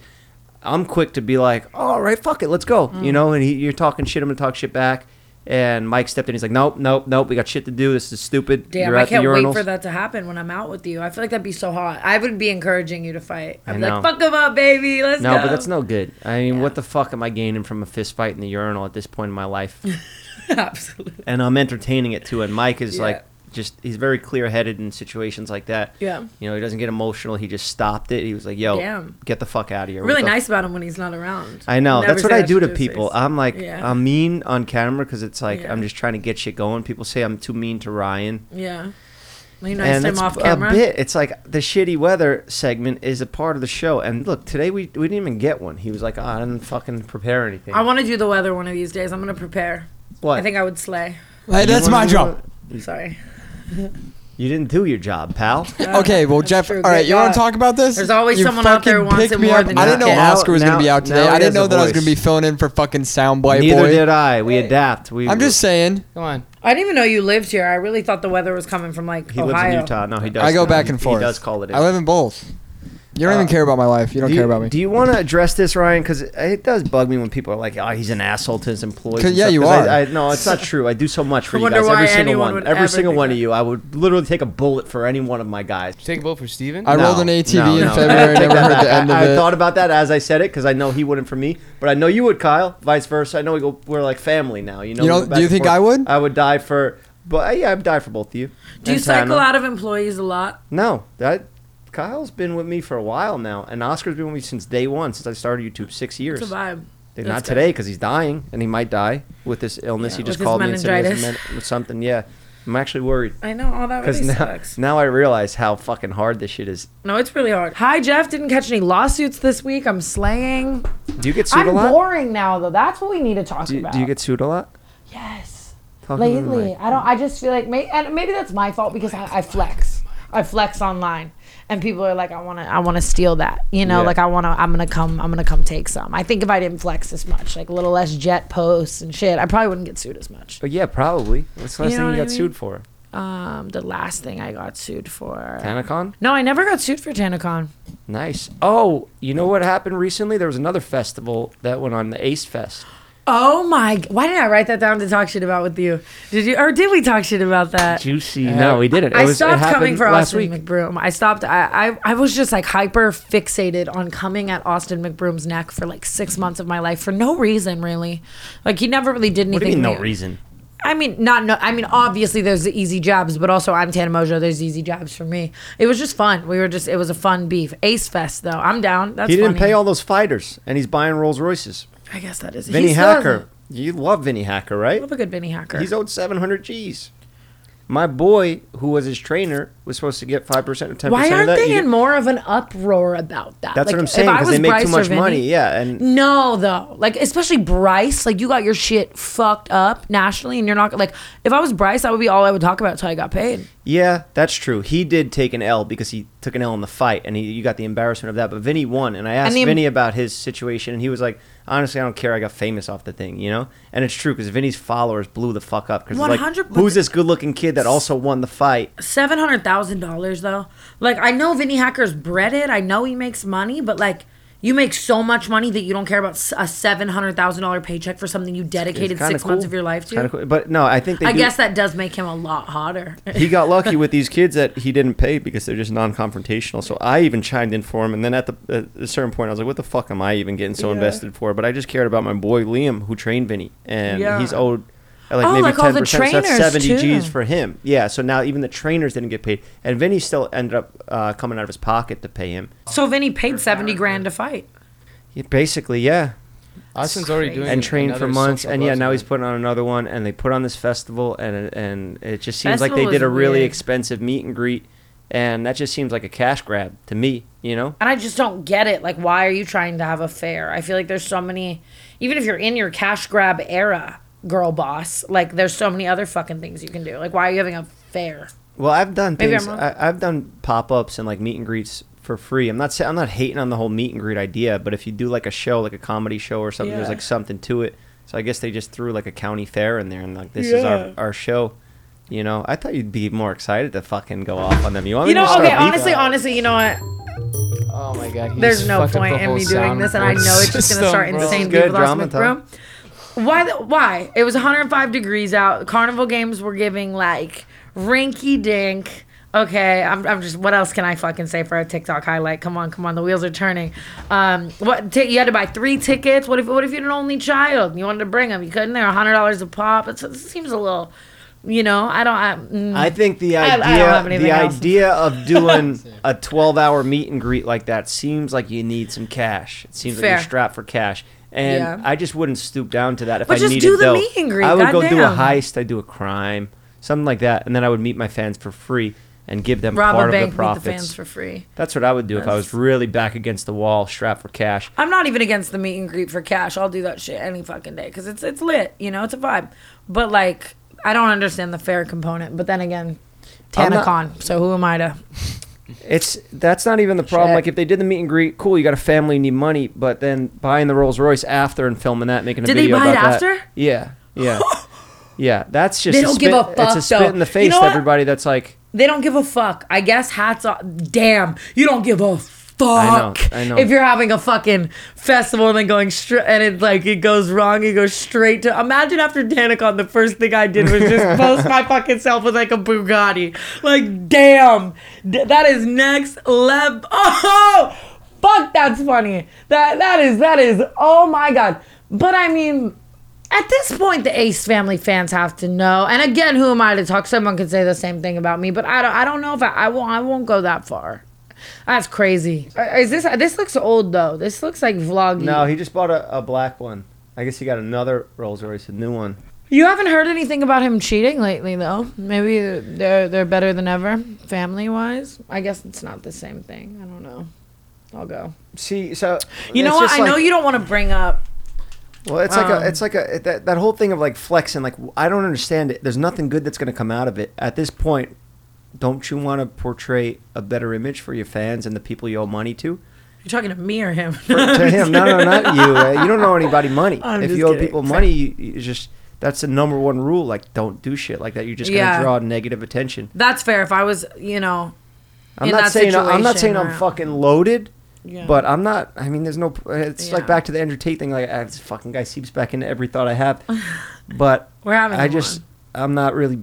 Speaker 1: I'm quick to be like, all right, fuck it, let's go.
Speaker 7: Mm.
Speaker 1: You know, and he, you're talking shit. I'm gonna talk shit back. And Mike stepped in. He's like, nope, nope, nope. We got shit to do. This is stupid.
Speaker 7: Damn,
Speaker 1: You're
Speaker 7: I
Speaker 1: at the
Speaker 7: can't wait
Speaker 1: urinals."
Speaker 7: for that to happen when I'm out with you. I feel like that'd be so hot. I would be encouraging you to fight.
Speaker 1: I
Speaker 7: I'd be
Speaker 1: know.
Speaker 7: like, fuck them up, baby. Let's
Speaker 1: No,
Speaker 7: go.
Speaker 1: but that's no good. I mean, what the fuck am I gaining from a fist fight in the urinal at this point in my life?
Speaker 7: Absolutely.
Speaker 1: and I'm entertaining it too. And Mike is
Speaker 7: Yeah.
Speaker 1: like
Speaker 8: just he's very clear headed in situations like that.
Speaker 7: Yeah.
Speaker 8: You know, he doesn't get emotional. He just stopped it. He was like, "Yo,
Speaker 7: Damn.
Speaker 8: get the fuck out of here." What
Speaker 7: really
Speaker 8: the
Speaker 7: nice about him when he's not around.
Speaker 8: I know.
Speaker 7: Never
Speaker 8: That's what
Speaker 7: say
Speaker 8: I
Speaker 7: that
Speaker 8: do to
Speaker 7: his
Speaker 8: people.
Speaker 7: face.
Speaker 8: I'm like, um,
Speaker 7: Yeah.
Speaker 8: I'm mean on camera because it's like
Speaker 7: Yeah.
Speaker 8: I'm just trying to get shit going. People say I'm too mean to Ryan,
Speaker 7: yeah. Well, you nice
Speaker 8: and
Speaker 7: him
Speaker 8: it's
Speaker 7: off
Speaker 8: a
Speaker 7: camera.
Speaker 8: bit. It's like the shitty weather segment is a part of the show. And look, today we we didn't even get one. He was like, oh, I didn't fucking prepare anything.
Speaker 7: I want to do the weather one of these days. I'm gonna prepare.
Speaker 8: what?
Speaker 7: I think I would slay.
Speaker 4: Hey, that's my job.
Speaker 7: Sorry.
Speaker 8: You didn't do your job, pal.
Speaker 4: Okay, well, Jeff.
Speaker 7: true.
Speaker 4: All right,
Speaker 7: Good
Speaker 4: you want
Speaker 7: God.
Speaker 4: to talk about this?
Speaker 7: There's always
Speaker 4: You
Speaker 7: someone out there
Speaker 4: fucking
Speaker 7: wants
Speaker 4: picked
Speaker 7: it
Speaker 4: me
Speaker 7: more
Speaker 4: up.
Speaker 7: than
Speaker 4: I
Speaker 7: you.
Speaker 4: didn't know
Speaker 8: Now-
Speaker 4: Oscar was
Speaker 8: now-
Speaker 4: gonna be out
Speaker 8: now
Speaker 4: today.
Speaker 8: he
Speaker 4: I didn't
Speaker 8: has
Speaker 4: know
Speaker 8: a
Speaker 4: that I was
Speaker 8: voice.
Speaker 4: gonna be filling in for fucking soundbite
Speaker 8: Neither
Speaker 4: boy.
Speaker 8: did I. We adapt. We.
Speaker 4: I'm just saying.
Speaker 10: Come on.
Speaker 7: I didn't even know you lived here. I really thought the weather was coming from like
Speaker 8: He
Speaker 7: Ohio.
Speaker 8: lives in Utah. No, he does.
Speaker 4: I go
Speaker 8: No,
Speaker 4: back
Speaker 8: he-
Speaker 4: and forth.
Speaker 8: He does call it. In. Uh,
Speaker 4: I live in both. You don't even care about my life. You don't
Speaker 8: do you,
Speaker 4: care about me.
Speaker 8: Do you want to address this, Ryan? Because it does bug me when people are like, "Oh, he's an asshole to his employees."
Speaker 4: 'Cause-
Speaker 8: and
Speaker 4: yeah,
Speaker 8: stuff,"
Speaker 4: you
Speaker 8: 'cause I,
Speaker 4: are.
Speaker 8: I, no, it's not true. I do so much for
Speaker 7: I
Speaker 8: you
Speaker 7: wonder
Speaker 8: guys.
Speaker 7: why
Speaker 8: Every single
Speaker 7: anyone
Speaker 8: one,
Speaker 7: would
Speaker 8: every
Speaker 7: ever
Speaker 8: single
Speaker 7: think
Speaker 8: one of
Speaker 7: that.
Speaker 8: you. I would literally take a bullet for any one of my guys.
Speaker 10: Take a vote for Steven?
Speaker 4: I
Speaker 8: No,
Speaker 4: rolled an ATV
Speaker 8: no,
Speaker 4: in
Speaker 8: no.
Speaker 4: February.
Speaker 8: Take
Speaker 4: Never
Speaker 8: that
Speaker 4: heard
Speaker 8: back.
Speaker 4: the end
Speaker 8: I,
Speaker 4: of
Speaker 8: I
Speaker 4: it.
Speaker 8: thought about that as I said it because I know he wouldn't for me, but I know you would, Kyle. Vice versa. I know we go. We're like family now. You know.
Speaker 4: You know-
Speaker 8: we go back
Speaker 4: do you
Speaker 8: and
Speaker 4: think
Speaker 8: forth.
Speaker 4: I would?
Speaker 8: I would die for. But yeah, I'd die for both of you.
Speaker 7: Do you
Speaker 8: And
Speaker 7: cycle
Speaker 8: Tana.
Speaker 7: out of employees a lot?
Speaker 8: No, that Kyle's been with me for a while now, and Oscar's been with me since day one, since I started YouTube six years.
Speaker 7: It's a vibe.
Speaker 8: Dude,
Speaker 7: That's
Speaker 8: not
Speaker 7: good.
Speaker 8: today because he's dying, and he might die with this illness.
Speaker 7: Yeah,
Speaker 8: he just
Speaker 7: with his
Speaker 8: called me and said he has
Speaker 7: meningitis.
Speaker 8: men- something. Yeah, I'm actually worried
Speaker 7: I know all that
Speaker 8: because
Speaker 7: really
Speaker 8: now,
Speaker 7: sucks.
Speaker 8: now I realize how fucking hard this shit is.
Speaker 7: No, it's really hard. Hi, Jeff. Didn't catch any lawsuits this week. I'm slaying.
Speaker 8: Do you get sued
Speaker 7: I'm
Speaker 8: a lot?
Speaker 7: boring now, though. That's what we need to talk
Speaker 8: do,
Speaker 7: about.
Speaker 8: do you get sued a lot?
Speaker 7: yes.
Speaker 8: Talk into the
Speaker 7: lately
Speaker 8: mic.
Speaker 7: i don't i just feel like may, and maybe that's my fault because I, I flex i flex online and people are like i want to i want to steal that you know
Speaker 8: Yeah.
Speaker 7: like i want to i'm gonna come i'm gonna come take some i think if i didn't flex as much like a little less jet posts and shit i probably wouldn't get sued as much
Speaker 8: But oh, yeah, probably. What's the
Speaker 7: You
Speaker 8: last
Speaker 7: know
Speaker 8: thing
Speaker 7: what
Speaker 8: you
Speaker 7: I
Speaker 8: got
Speaker 7: mean?
Speaker 8: sued for?
Speaker 7: um the last thing i got sued for
Speaker 8: Tanacon?
Speaker 7: no i never got sued for tanacon
Speaker 8: Nice. Oh, you know what happened recently? There was another festival that went on, the Ace Fest.
Speaker 7: oh my g- why didn't i write that down to talk shit about with you did you or did we talk shit about that
Speaker 8: Juicy. no, we didn't. It
Speaker 7: I
Speaker 8: was, it
Speaker 7: stopped
Speaker 8: happened
Speaker 7: coming for
Speaker 8: last
Speaker 7: Austin
Speaker 8: week.
Speaker 7: McBroom. I stopped. I, I I was just like hyper fixated on coming at Austin McBroom's neck for like six months of my life for no reason really. Like he never really did anything.
Speaker 8: What do you mean, no
Speaker 7: weird.
Speaker 8: reason?
Speaker 7: I mean, not no. I mean, obviously there's the easy jobs, but also I'm Tana Mojo. There's easy jobs for me. It was just fun. We were just. It was a fun beef. Ace Fest though. I'm down. That's
Speaker 8: He didn't
Speaker 7: funny.
Speaker 8: pay all those fighters, and he's buying Rolls Royces.
Speaker 7: I guess that is.
Speaker 8: Vinny
Speaker 7: he still
Speaker 8: Hacker.
Speaker 7: hasn't-
Speaker 8: You love Vinny Hacker,
Speaker 7: I
Speaker 8: right?
Speaker 7: Love a good Vinny Hacker.
Speaker 8: He's owed 700 G's. My boy, who was his trainer, was supposed to get 5% or 10% of
Speaker 7: Why aren't
Speaker 8: that. You
Speaker 7: they
Speaker 8: get-
Speaker 7: in more of an uproar about that?
Speaker 8: That's
Speaker 7: Like,
Speaker 8: what I'm
Speaker 7: if
Speaker 8: saying,
Speaker 7: I
Speaker 8: because they
Speaker 7: was
Speaker 8: make
Speaker 7: Bryce
Speaker 8: too
Speaker 7: or
Speaker 8: much
Speaker 7: Vinny-
Speaker 8: money. Yeah, and
Speaker 7: No, though. Like, especially Bryce. Like, you got your shit fucked up nationally, and you're not like. If I was Bryce, that would be all I would talk about until I got paid.
Speaker 8: yeah, that's true. He did take an L because he took an L in the fight, and he, you got the embarrassment of that. But Vinny won, and I asked
Speaker 7: the em-
Speaker 8: Vinny about his situation, and he was like, honestly, I don't care. I got famous off the thing, you know? And it's true because Vinny's followers blew the fuck up. Because, like,
Speaker 7: 100
Speaker 8: who's this good looking kid that also won the fight?
Speaker 7: Seven hundred thousand dollars, though. Like, I know Vinny Hacker's breaded. I know he makes money, but like. You make so much money that you don't care about s- a seven hundred thousand dollar paycheck for something you dedicated
Speaker 8: kinda
Speaker 7: six months
Speaker 8: cool.
Speaker 7: of your life to.
Speaker 8: Kinda cool. But no, I think they
Speaker 7: I
Speaker 8: do-
Speaker 7: guess that does make him a lot hotter.
Speaker 8: he got lucky with these kids that he didn't pay because they're just non-confrontational. So I even chimed in for him, and then at the at a certain point, I was like, "What the fuck am I even getting so invested for?" But I just cared about my boy Liam, who trained Vinny, and
Speaker 7: Yeah.
Speaker 8: he's owed uh, like
Speaker 7: Oh,
Speaker 8: maybe
Speaker 7: like all
Speaker 8: ten
Speaker 7: the
Speaker 8: percent. So that's
Speaker 7: trainers,
Speaker 8: seventy
Speaker 7: too.
Speaker 8: G's for him. Yeah. So now even the trainers didn't get paid, and Vinny still ended up uh, coming out of his pocket to pay him.
Speaker 7: so Vinny paid seventy grand to fight.
Speaker 8: Yeah, basically, yeah.
Speaker 10: Austin's already doing
Speaker 8: And trained
Speaker 10: another
Speaker 8: for months,
Speaker 10: social
Speaker 8: and yeah,
Speaker 10: gloves
Speaker 8: now he's
Speaker 10: event.
Speaker 8: putting on another one, and they put on this festival, and and it just seems like
Speaker 7: Festival
Speaker 8: they did
Speaker 7: is
Speaker 8: a really
Speaker 7: weird.
Speaker 8: expensive meet and greet, and that just seems like a cash grab to me, you know.
Speaker 7: And I just don't get it. Like, why are you trying to have a fair? I feel like there's so many, even if you're in your cash grab era, girl boss, like, there's so many other fucking things you can do. Like, why are you having a fair?
Speaker 8: Well, I've done
Speaker 7: Maybe
Speaker 8: things.
Speaker 7: I'm wrong.
Speaker 8: I, I've done pop ups and like meet and greets for free. I'm not. sa- I'm not hating on the whole meet and greet idea, but if you do like a show, like a comedy show or something, there's
Speaker 7: Yeah.
Speaker 8: like something to it. So I guess they just threw like a county fair in there, and like this is our our show. You know, I thought you'd be more excited to fucking go off on them. You want
Speaker 7: You
Speaker 8: me
Speaker 7: know,
Speaker 8: to start
Speaker 7: okay,
Speaker 8: beefing?
Speaker 7: honestly, honestly, you know what?
Speaker 10: Oh my god. he
Speaker 7: There's
Speaker 10: just
Speaker 7: no
Speaker 10: fucked up
Speaker 7: point
Speaker 10: the
Speaker 7: in
Speaker 10: whole
Speaker 7: me doing this, and I
Speaker 10: soundboard
Speaker 7: know it's just gonna
Speaker 10: system,
Speaker 7: start
Speaker 10: bro.
Speaker 7: insane
Speaker 8: This is
Speaker 7: people
Speaker 8: good
Speaker 7: lost
Speaker 8: drama
Speaker 7: my
Speaker 8: time.
Speaker 7: room. Why? The, why? It was 105 degrees out. Carnival games were giving like rinky dink. Okay, I'm, I'm just. What else can I fucking say for a TikTok highlight? Come on, come on. The wheels are turning. Um, what? T- you had to buy three tickets. What if? What if you're an only child? and You wanted to bring them. You couldn't. They're 100 dollars a pop. It's, it seems a little. You know, I don't. I, mm,
Speaker 8: I think the
Speaker 7: I- I
Speaker 8: idea
Speaker 7: don't have anything
Speaker 8: the
Speaker 7: else.
Speaker 8: idea of doing a 12 hour meet and greet like that seems like you need some cash. It seems like
Speaker 7: Fair.
Speaker 8: you're strapped for cash. And
Speaker 7: Yeah.
Speaker 8: I just wouldn't stoop down to that if
Speaker 7: But
Speaker 8: I
Speaker 7: just
Speaker 8: needed
Speaker 7: do the
Speaker 8: dough.
Speaker 7: meet and greet,
Speaker 8: I would go do a
Speaker 7: goddamn.
Speaker 8: heist, I'd do a crime, something like that, and then I would meet my fans for free and give them
Speaker 7: rob
Speaker 8: part
Speaker 7: a bank
Speaker 8: of the
Speaker 7: with the
Speaker 8: profits.
Speaker 7: fans for free.
Speaker 8: That's what I would do if I was really back against the wall, strapped for cash.
Speaker 7: I'm not even against the meet and greet for cash. I'll do that shit any fucking day because it's it's lit. You know, it's a vibe. But like, I don't understand the fair component. But then again,
Speaker 8: I'm not-
Speaker 7: TanaCon. So who am I to?
Speaker 8: It's that's not even the problem.
Speaker 7: Shit.
Speaker 8: Like if they did the meet and greet, cool, you got a family, you need money, but then buying the Rolls Royce after and filming that, making a
Speaker 7: Did they
Speaker 8: video
Speaker 7: buy it
Speaker 8: about that.
Speaker 7: after?
Speaker 8: Yeah, yeah, yeah. That's just
Speaker 7: They
Speaker 8: a
Speaker 7: don't
Speaker 8: spit,
Speaker 7: give a fuck,
Speaker 8: It's a spit
Speaker 7: though.
Speaker 8: in
Speaker 7: You
Speaker 8: the face
Speaker 7: know
Speaker 8: to
Speaker 7: what?
Speaker 8: everybody that's like,
Speaker 7: They don't give a fuck. I guess hats off. Damn, you don't give a fuck.
Speaker 8: know, I know.
Speaker 7: If you're having a fucking festival and then going straight and it like it goes wrong, it goes straight to. Imagine after Danicon, the first thing I did was just post my fucking self with like a Bugatti. Like, damn, D- that is next level. Oh, fuck, that's funny. That that is that is. Oh my god. But I mean. At this point, the Ace family fans have to know. And again, who am I to talk? Someone could say the same thing about me, but I don't. I don't know if I. I won't. I won't go that far. That's crazy. Uh, Is this? This looks old though. This looks like vloggy.
Speaker 8: no, he just bought a, a black one. I guess he got another Rolls Royce, a new one.
Speaker 7: you haven't heard anything about him cheating lately though. Maybe they're they're better than ever, family wise. I guess it's not the same thing. I don't know. I'll go.
Speaker 8: See, so
Speaker 7: You
Speaker 8: it's
Speaker 7: know what?
Speaker 8: just
Speaker 7: I
Speaker 8: like-
Speaker 7: know you don't want to bring up.
Speaker 8: Well, it's like
Speaker 7: Um,
Speaker 8: a, it's like a that, that whole thing of like flexing. Like I don't understand it. There's nothing good that's going to come out of it at this point. Don't you want to portray a better image for your fans and the people you owe money to?
Speaker 7: You're talking to me or him?
Speaker 8: to him, no, no, not you. Uh, you don't owe anybody money.
Speaker 7: I'm
Speaker 8: if
Speaker 7: just
Speaker 8: you owe
Speaker 7: kidding.
Speaker 8: people money, you, you just that's the number one rule. Like, don't do shit like that. You're just going to
Speaker 7: Yeah.
Speaker 8: draw negative attention.
Speaker 7: That's fair. If I was, you know,
Speaker 8: I'm
Speaker 7: In
Speaker 8: not
Speaker 7: that
Speaker 8: saying I'm not
Speaker 7: situation,
Speaker 8: saying I'm
Speaker 7: or-
Speaker 8: fucking loaded,
Speaker 7: Yeah.
Speaker 8: but I'm not. I mean, there's no. It's like
Speaker 7: Yeah.
Speaker 8: back to the Andrew Tate thing. Like, ah, this fucking guy seeps back into every thought I have. But
Speaker 7: We're having
Speaker 8: I
Speaker 7: him
Speaker 8: just I'm not really.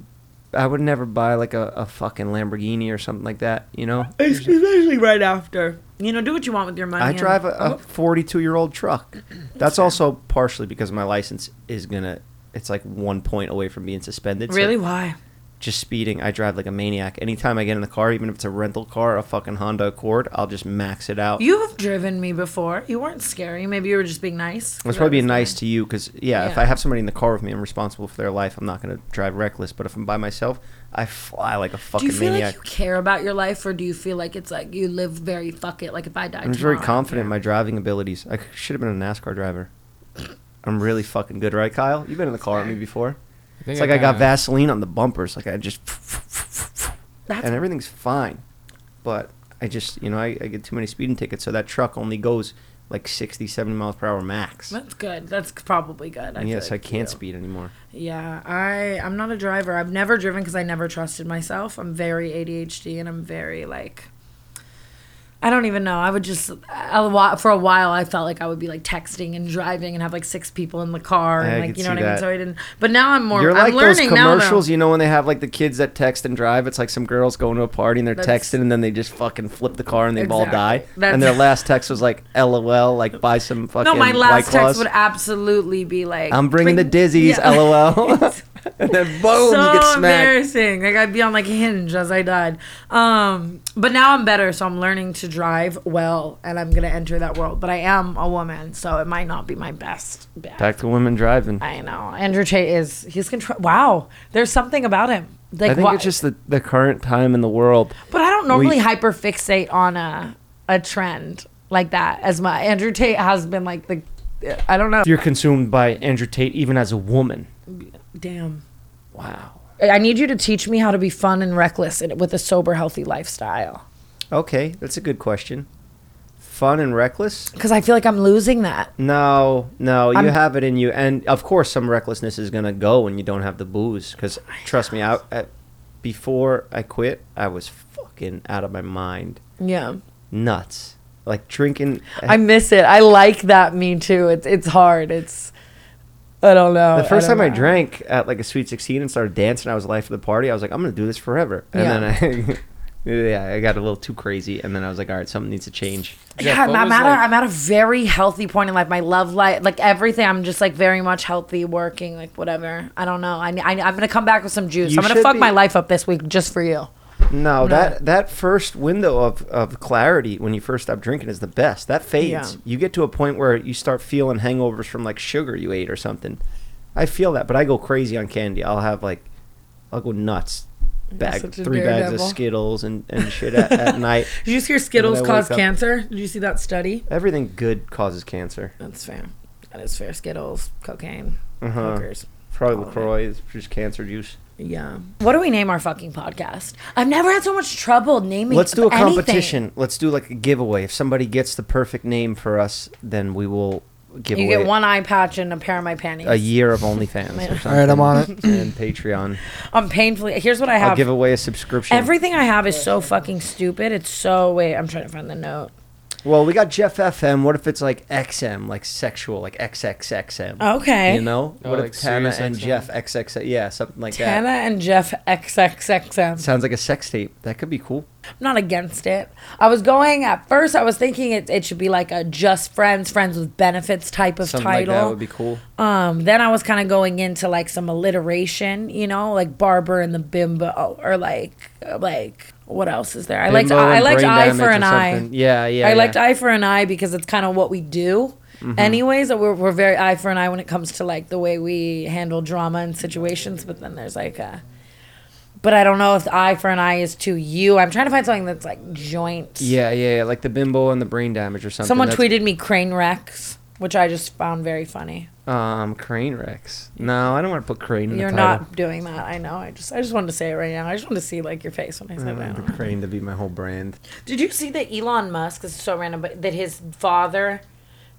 Speaker 8: I would never buy like a, a fucking Lamborghini or something like that. You know,
Speaker 7: It's especially right after. You know, do what you want with your money.
Speaker 8: I
Speaker 7: and-
Speaker 8: drive
Speaker 7: Oh.
Speaker 8: a 42 year old truck. That's also partially because my license is gonna. It's like one point away from being suspended. so
Speaker 7: really? Why?
Speaker 8: just speeding. I drive like a maniac. Anytime I get in the car, even if it's a rental car, a fucking Honda Accord, I'll just max it out.
Speaker 7: You have driven me before. You weren't scary. Maybe you were just being nice.
Speaker 8: That's probably being nice to you because, yeah, if
Speaker 7: Yeah.
Speaker 8: I have somebody in the car with me, I'm responsible for their life. I'm not going to drive reckless. But if I'm by myself, I fly like a
Speaker 7: Do
Speaker 8: fucking
Speaker 7: you feel
Speaker 8: maniac.
Speaker 7: like you care about your life, or do you feel like it's like you live very fuck it? Like if I die,
Speaker 8: I'm just very confident in my driving abilities. I should have been a NASCAR driver. I'm really fucking good, right, Kyle? You've been in the car with me before. It's like I got
Speaker 4: that.
Speaker 8: Vaseline on the bumpers. Like I just,
Speaker 7: That's-
Speaker 8: and everything's fine. But I just, you know, I, I get too many speeding tickets, so that truck only goes like 60, 70 miles per hour max.
Speaker 7: That's good. That's probably good.
Speaker 8: And
Speaker 7: feel
Speaker 8: yes, I
Speaker 7: like
Speaker 8: can't
Speaker 7: you-
Speaker 8: speed anymore.
Speaker 7: Yeah, I I'm not a driver. I've never driven because I never trusted myself. I'm very ADHD and I'm very like I don't even know. I would just a while, for a while I felt like I would be like texting and driving and have like six people in the car
Speaker 8: I
Speaker 7: and
Speaker 8: could
Speaker 7: like you know
Speaker 8: see
Speaker 7: what I
Speaker 8: that.
Speaker 7: mean. So I didn't. But now I'm more.
Speaker 8: You're
Speaker 7: I'm
Speaker 8: like those
Speaker 7: learning
Speaker 8: commercials,
Speaker 7: now.
Speaker 8: you know, when they have like the kids that text and drive. It's like some girls going to a party and they're
Speaker 7: That's-
Speaker 8: texting, and then they just fucking flip the car and they've all
Speaker 7: Exactly.
Speaker 8: died.
Speaker 7: That's-
Speaker 8: And their last text was like, "LOL," like buy some fucking.
Speaker 7: Though. No, my
Speaker 8: White
Speaker 7: last
Speaker 8: Claws.
Speaker 7: text would absolutely be like
Speaker 8: I'm bringing the
Speaker 7: bring-
Speaker 8: dizzies,
Speaker 7: Yeah.
Speaker 8: LOL. and then boom,
Speaker 7: so
Speaker 8: Oh, you get smacked.
Speaker 7: embarrassing. Like I'd be on like hinge as I died. Um, but now I'm better, so I'm learning to drive well, and I'm gonna enter that world. But I am a woman, so it might not be my best. bet.
Speaker 8: Back to women driving.
Speaker 7: I know Andrew Tate is he's control. Wow, there's something about him. Like
Speaker 8: I think
Speaker 7: why-
Speaker 8: it's just the, the current time in the world.
Speaker 7: But I don't normally
Speaker 8: we-
Speaker 7: hyper fixate on a a trend like that as my Andrew Tate has been like the. I don't know.
Speaker 8: You're consumed by Andrew Tate, even as a woman.
Speaker 7: Damn.
Speaker 8: Wow.
Speaker 7: I need you to teach me how to be fun and reckless and with a sober, healthy lifestyle.
Speaker 8: Okay, that's a good question. Fun and reckless?
Speaker 7: Because I feel like I'm losing that.
Speaker 8: No, no, you
Speaker 7: I'm-
Speaker 8: have it in you, and of course, some recklessness is gonna go when you don't have the booze. Because trust me, I, I before I quit, I was fucking out of my mind,
Speaker 7: Yeah.
Speaker 8: nuts, like drinking.
Speaker 7: I miss it. I like that me too. It's it's hard. It's I don't know.
Speaker 8: The first
Speaker 7: don't
Speaker 8: time I
Speaker 7: know.
Speaker 8: drank at like a sweet sixteen and started dancing, I was life of the party. I was like, I'm gonna do this forever. And
Speaker 7: Yeah.
Speaker 8: then I Yeah, I got a little too crazy, and then I was like, all right, something needs to change.
Speaker 11: Jeff,
Speaker 7: yeah, I'm,
Speaker 11: what
Speaker 7: I'm
Speaker 11: was,
Speaker 7: at a,
Speaker 11: like-
Speaker 7: I'm at a very healthy point in life. My love life, like everything, I'm just like very much healthy, working, like whatever. I don't know. I, I I'm gonna come back with some juice.
Speaker 8: You
Speaker 7: I'm gonna
Speaker 8: should
Speaker 7: fuck
Speaker 8: be-
Speaker 7: my life up this week just for you.
Speaker 8: No, that that first window of, of clarity when you first stop drinking is the best. That fades.
Speaker 7: Yeah.
Speaker 8: You get to a point where you start feeling hangovers from like sugar you ate or something. I feel that, but I go crazy on candy. I'll have like, I'll go nuts. Bag
Speaker 7: such a
Speaker 8: three bags
Speaker 7: daredevil.
Speaker 8: of Skittles and, and shit at, at night.
Speaker 7: Did you hear Skittles
Speaker 8: When I
Speaker 7: cause
Speaker 8: wake up-
Speaker 7: cancer? Did you see that study?
Speaker 8: Everything good causes cancer.
Speaker 7: That's fair. That is fair. Skittles, cocaine,
Speaker 8: Uh-huh.
Speaker 7: hookers.
Speaker 8: Probably
Speaker 7: All of it.
Speaker 8: LaCroix is just cancer juice.
Speaker 7: Yeah. What do we name our fucking podcast? I've never had so much trouble naming.
Speaker 8: Let's do a
Speaker 7: anything.
Speaker 8: competition. Let's do like a giveaway. If somebody gets the perfect name for us, then we will give
Speaker 7: You
Speaker 8: away
Speaker 7: get one eye patch and a pair of my panties.
Speaker 8: a year of OnlyFans.
Speaker 7: Man.
Speaker 8: or something.
Speaker 4: All right, I'm on it.
Speaker 8: And Patreon.
Speaker 7: I'm painfully. Here's what I
Speaker 8: I'll
Speaker 7: have.
Speaker 8: give away a subscription.
Speaker 7: Everything I have is so fucking stupid. It's so wait. I'm trying to find the note.
Speaker 8: well, we got Jeff FM. What if it's like XM, like sexual, like XXXM?
Speaker 7: Okay.
Speaker 8: You know?
Speaker 11: Oh,
Speaker 8: what
Speaker 11: like
Speaker 8: if Tana
Speaker 11: Sirius
Speaker 8: and
Speaker 11: XM?
Speaker 8: Jeff XXX? Yeah, something like
Speaker 7: Tana
Speaker 8: that.
Speaker 7: and Jeff XXXM.
Speaker 8: Sounds like a sex tape. That could be cool.
Speaker 7: I'm not against it. I was going at first. I was thinking it, it should be like a just friends, friends with benefits type of
Speaker 8: Something like
Speaker 7: title.
Speaker 8: that would be cool.
Speaker 7: um, then I was kind of going into like some alliteration, you know, like Barber and the Bimbo, or like like what else is there? I liked
Speaker 8: Bimbo
Speaker 7: I, I
Speaker 8: and
Speaker 7: liked
Speaker 8: brain
Speaker 7: Eye
Speaker 8: damage
Speaker 7: for
Speaker 8: or
Speaker 7: an Eye.
Speaker 8: something. Yeah, yeah.
Speaker 7: I
Speaker 8: yeah. Mm-hmm.
Speaker 7: liked eye for an eye because it's kind of what we do. Anyways, so we're, we're very eye for an eye when it comes to like the way we handle drama and situations. But then there's like a, but I don't know if the eye for an eye is to you. I'm trying to find something that's like joint.
Speaker 8: Yeah, yeah, yeah. Like the bimbo and the brain damage or something.
Speaker 7: Someone
Speaker 8: That's-
Speaker 7: tweeted me crane wrecks, which I just found very funny.
Speaker 8: Um, crane wrecks. No, I don't want to put crane in
Speaker 7: You're
Speaker 8: the title.
Speaker 7: not doing that. I know. I just I just wanted to say it right now. I just wanted to see like your face when I
Speaker 8: I
Speaker 7: said that.
Speaker 8: want crane to be my whole brand.
Speaker 7: Did you see that Elon Musk this is so random, but that his father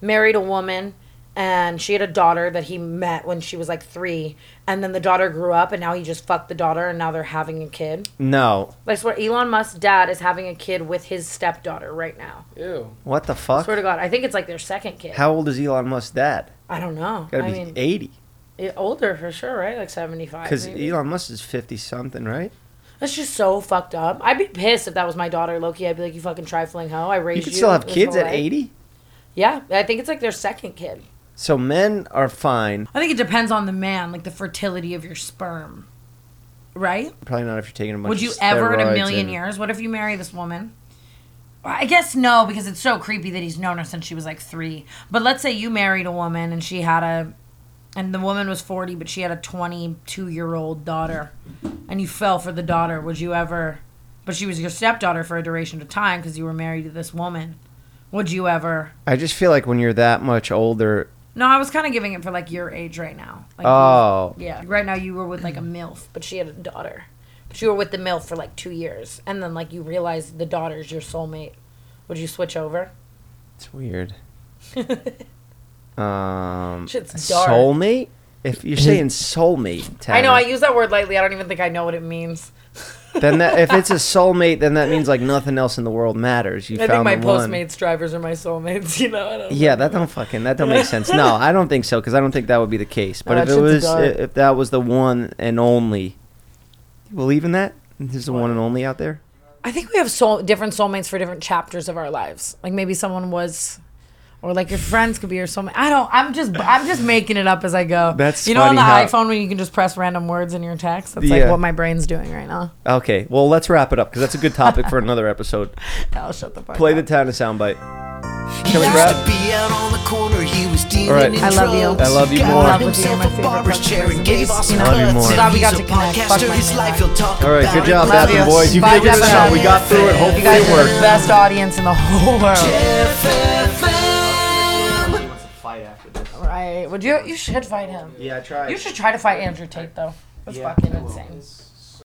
Speaker 7: married a woman and she had a daughter that he met when she was like three, and then the daughter grew up and now he just fucked the daughter and now they're having a kid.
Speaker 8: No.
Speaker 7: Like I swear Elon Musk's dad is having a kid with his stepdaughter right now.
Speaker 11: Ew.
Speaker 8: What the fuck?
Speaker 7: Swear to God, I think it's like their second kid.
Speaker 8: How old is Elon Musk's dad?
Speaker 7: I don't know.
Speaker 8: Gotta
Speaker 7: I
Speaker 8: be
Speaker 7: mean,
Speaker 8: 80.
Speaker 7: eh, older for sure, right? Like seventy five.
Speaker 8: Because Elon Musk is 50 something, right?
Speaker 7: That's just so fucked up. I'd be pissed if that was my daughter, Loki. I'd be like, you fucking trifling hoe. I raised
Speaker 8: You
Speaker 7: you.
Speaker 8: could still have
Speaker 7: this
Speaker 8: kids
Speaker 7: whole
Speaker 8: at
Speaker 7: life."
Speaker 8: 80?
Speaker 7: Yeah, I think it's like their second kid.
Speaker 8: So men are fine.
Speaker 7: I think it depends on the man, like the fertility of your sperm. Right?
Speaker 8: Probably not if you're taking a bunch
Speaker 7: Would you
Speaker 8: of
Speaker 7: ever in a
Speaker 8: steroids
Speaker 7: million
Speaker 8: and-
Speaker 7: years? What if you marry this woman? I guess no, because it's so creepy that he's known her since she was like three. But let's say you married a woman and she had a, and the woman was 40, but she had a 22 year old daughter, and you fell for the daughter. Would you ever, but she was your stepdaughter for a duration of time because you were married to this woman. Would you ever?
Speaker 8: I just feel like when you're that much older.
Speaker 7: No, I was kind of giving it for like your age right now. Like
Speaker 8: Oh.
Speaker 7: yeah. Right now you were with like a MILF, but she had a daughter. But you were with the MILF for like two years. And then like you realized the daughter's your soulmate. Would you switch over?
Speaker 8: It's weird. um,
Speaker 7: Shit's dark.
Speaker 8: soulmate? If you're saying soulmate,
Speaker 7: I know, I
Speaker 8: Tanner,
Speaker 7: use that word lightly. I don't even think I know what it means.
Speaker 8: then that, if it's a soulmate, then that means like nothing else in the world matters. You
Speaker 7: I think
Speaker 8: found
Speaker 7: my
Speaker 8: the one.
Speaker 7: Postmates drivers are my soulmates, you know? I don't
Speaker 8: Yeah, that don't fucking that don't make sense. No, I don't think so because I don't think that would be the case. But
Speaker 7: Oh,
Speaker 8: if
Speaker 7: that
Speaker 8: it
Speaker 7: shit's
Speaker 8: was,
Speaker 7: dark.
Speaker 8: if that was the one and only, you believe in that? There's the one and only out there.
Speaker 7: I think we have soul different soulmates for different chapters of our lives. Like maybe someone was or like your friends could be your soulmate. I don't. I'm just. I'm just making it up as I go.
Speaker 8: That's
Speaker 7: you know on
Speaker 8: funny
Speaker 7: the
Speaker 8: how-
Speaker 7: iPhone when you can just press random words in your text. That's
Speaker 8: Yeah.
Speaker 7: like what my brain's doing right now.
Speaker 8: Okay, well let's wrap it up because that's a good topic for another episode.
Speaker 7: I'll shut the fuck
Speaker 8: Play
Speaker 7: up.
Speaker 8: the Tana soundbite.
Speaker 5: He
Speaker 8: Can we
Speaker 5: used
Speaker 8: wrap?
Speaker 5: to be out on the corner, he was dealing
Speaker 8: All right.
Speaker 5: in
Speaker 8: I
Speaker 7: love you.
Speaker 5: drugs.
Speaker 8: I love you
Speaker 5: Got
Speaker 8: more.
Speaker 5: himself
Speaker 7: Love with you,
Speaker 5: a
Speaker 7: my favorite
Speaker 5: barber's
Speaker 7: fucking
Speaker 5: chair and
Speaker 7: person.
Speaker 5: gave off some
Speaker 8: Love you
Speaker 5: cuts.
Speaker 8: more.
Speaker 5: And
Speaker 7: Glad we got
Speaker 5: he's
Speaker 7: to
Speaker 5: a
Speaker 7: connect. Fuck
Speaker 5: podcaster,
Speaker 7: my
Speaker 5: his
Speaker 7: man.
Speaker 5: life he'll talk
Speaker 8: All right,
Speaker 5: about
Speaker 8: good
Speaker 5: it
Speaker 8: job,
Speaker 5: with
Speaker 7: Love
Speaker 8: Bath and
Speaker 7: you.
Speaker 8: Boys. You
Speaker 7: Bye,
Speaker 8: figured it
Speaker 7: Jeff.
Speaker 8: out. We got through it.
Speaker 7: You
Speaker 8: Hopefully
Speaker 7: guys
Speaker 8: it
Speaker 7: are the
Speaker 8: worked.
Speaker 7: best audience in the whole world.
Speaker 5: FM.
Speaker 7: Right? Would you? You should fight him.
Speaker 8: Yeah, I tried.
Speaker 7: You should try to fight Andrew Tate though. That's fucking insane.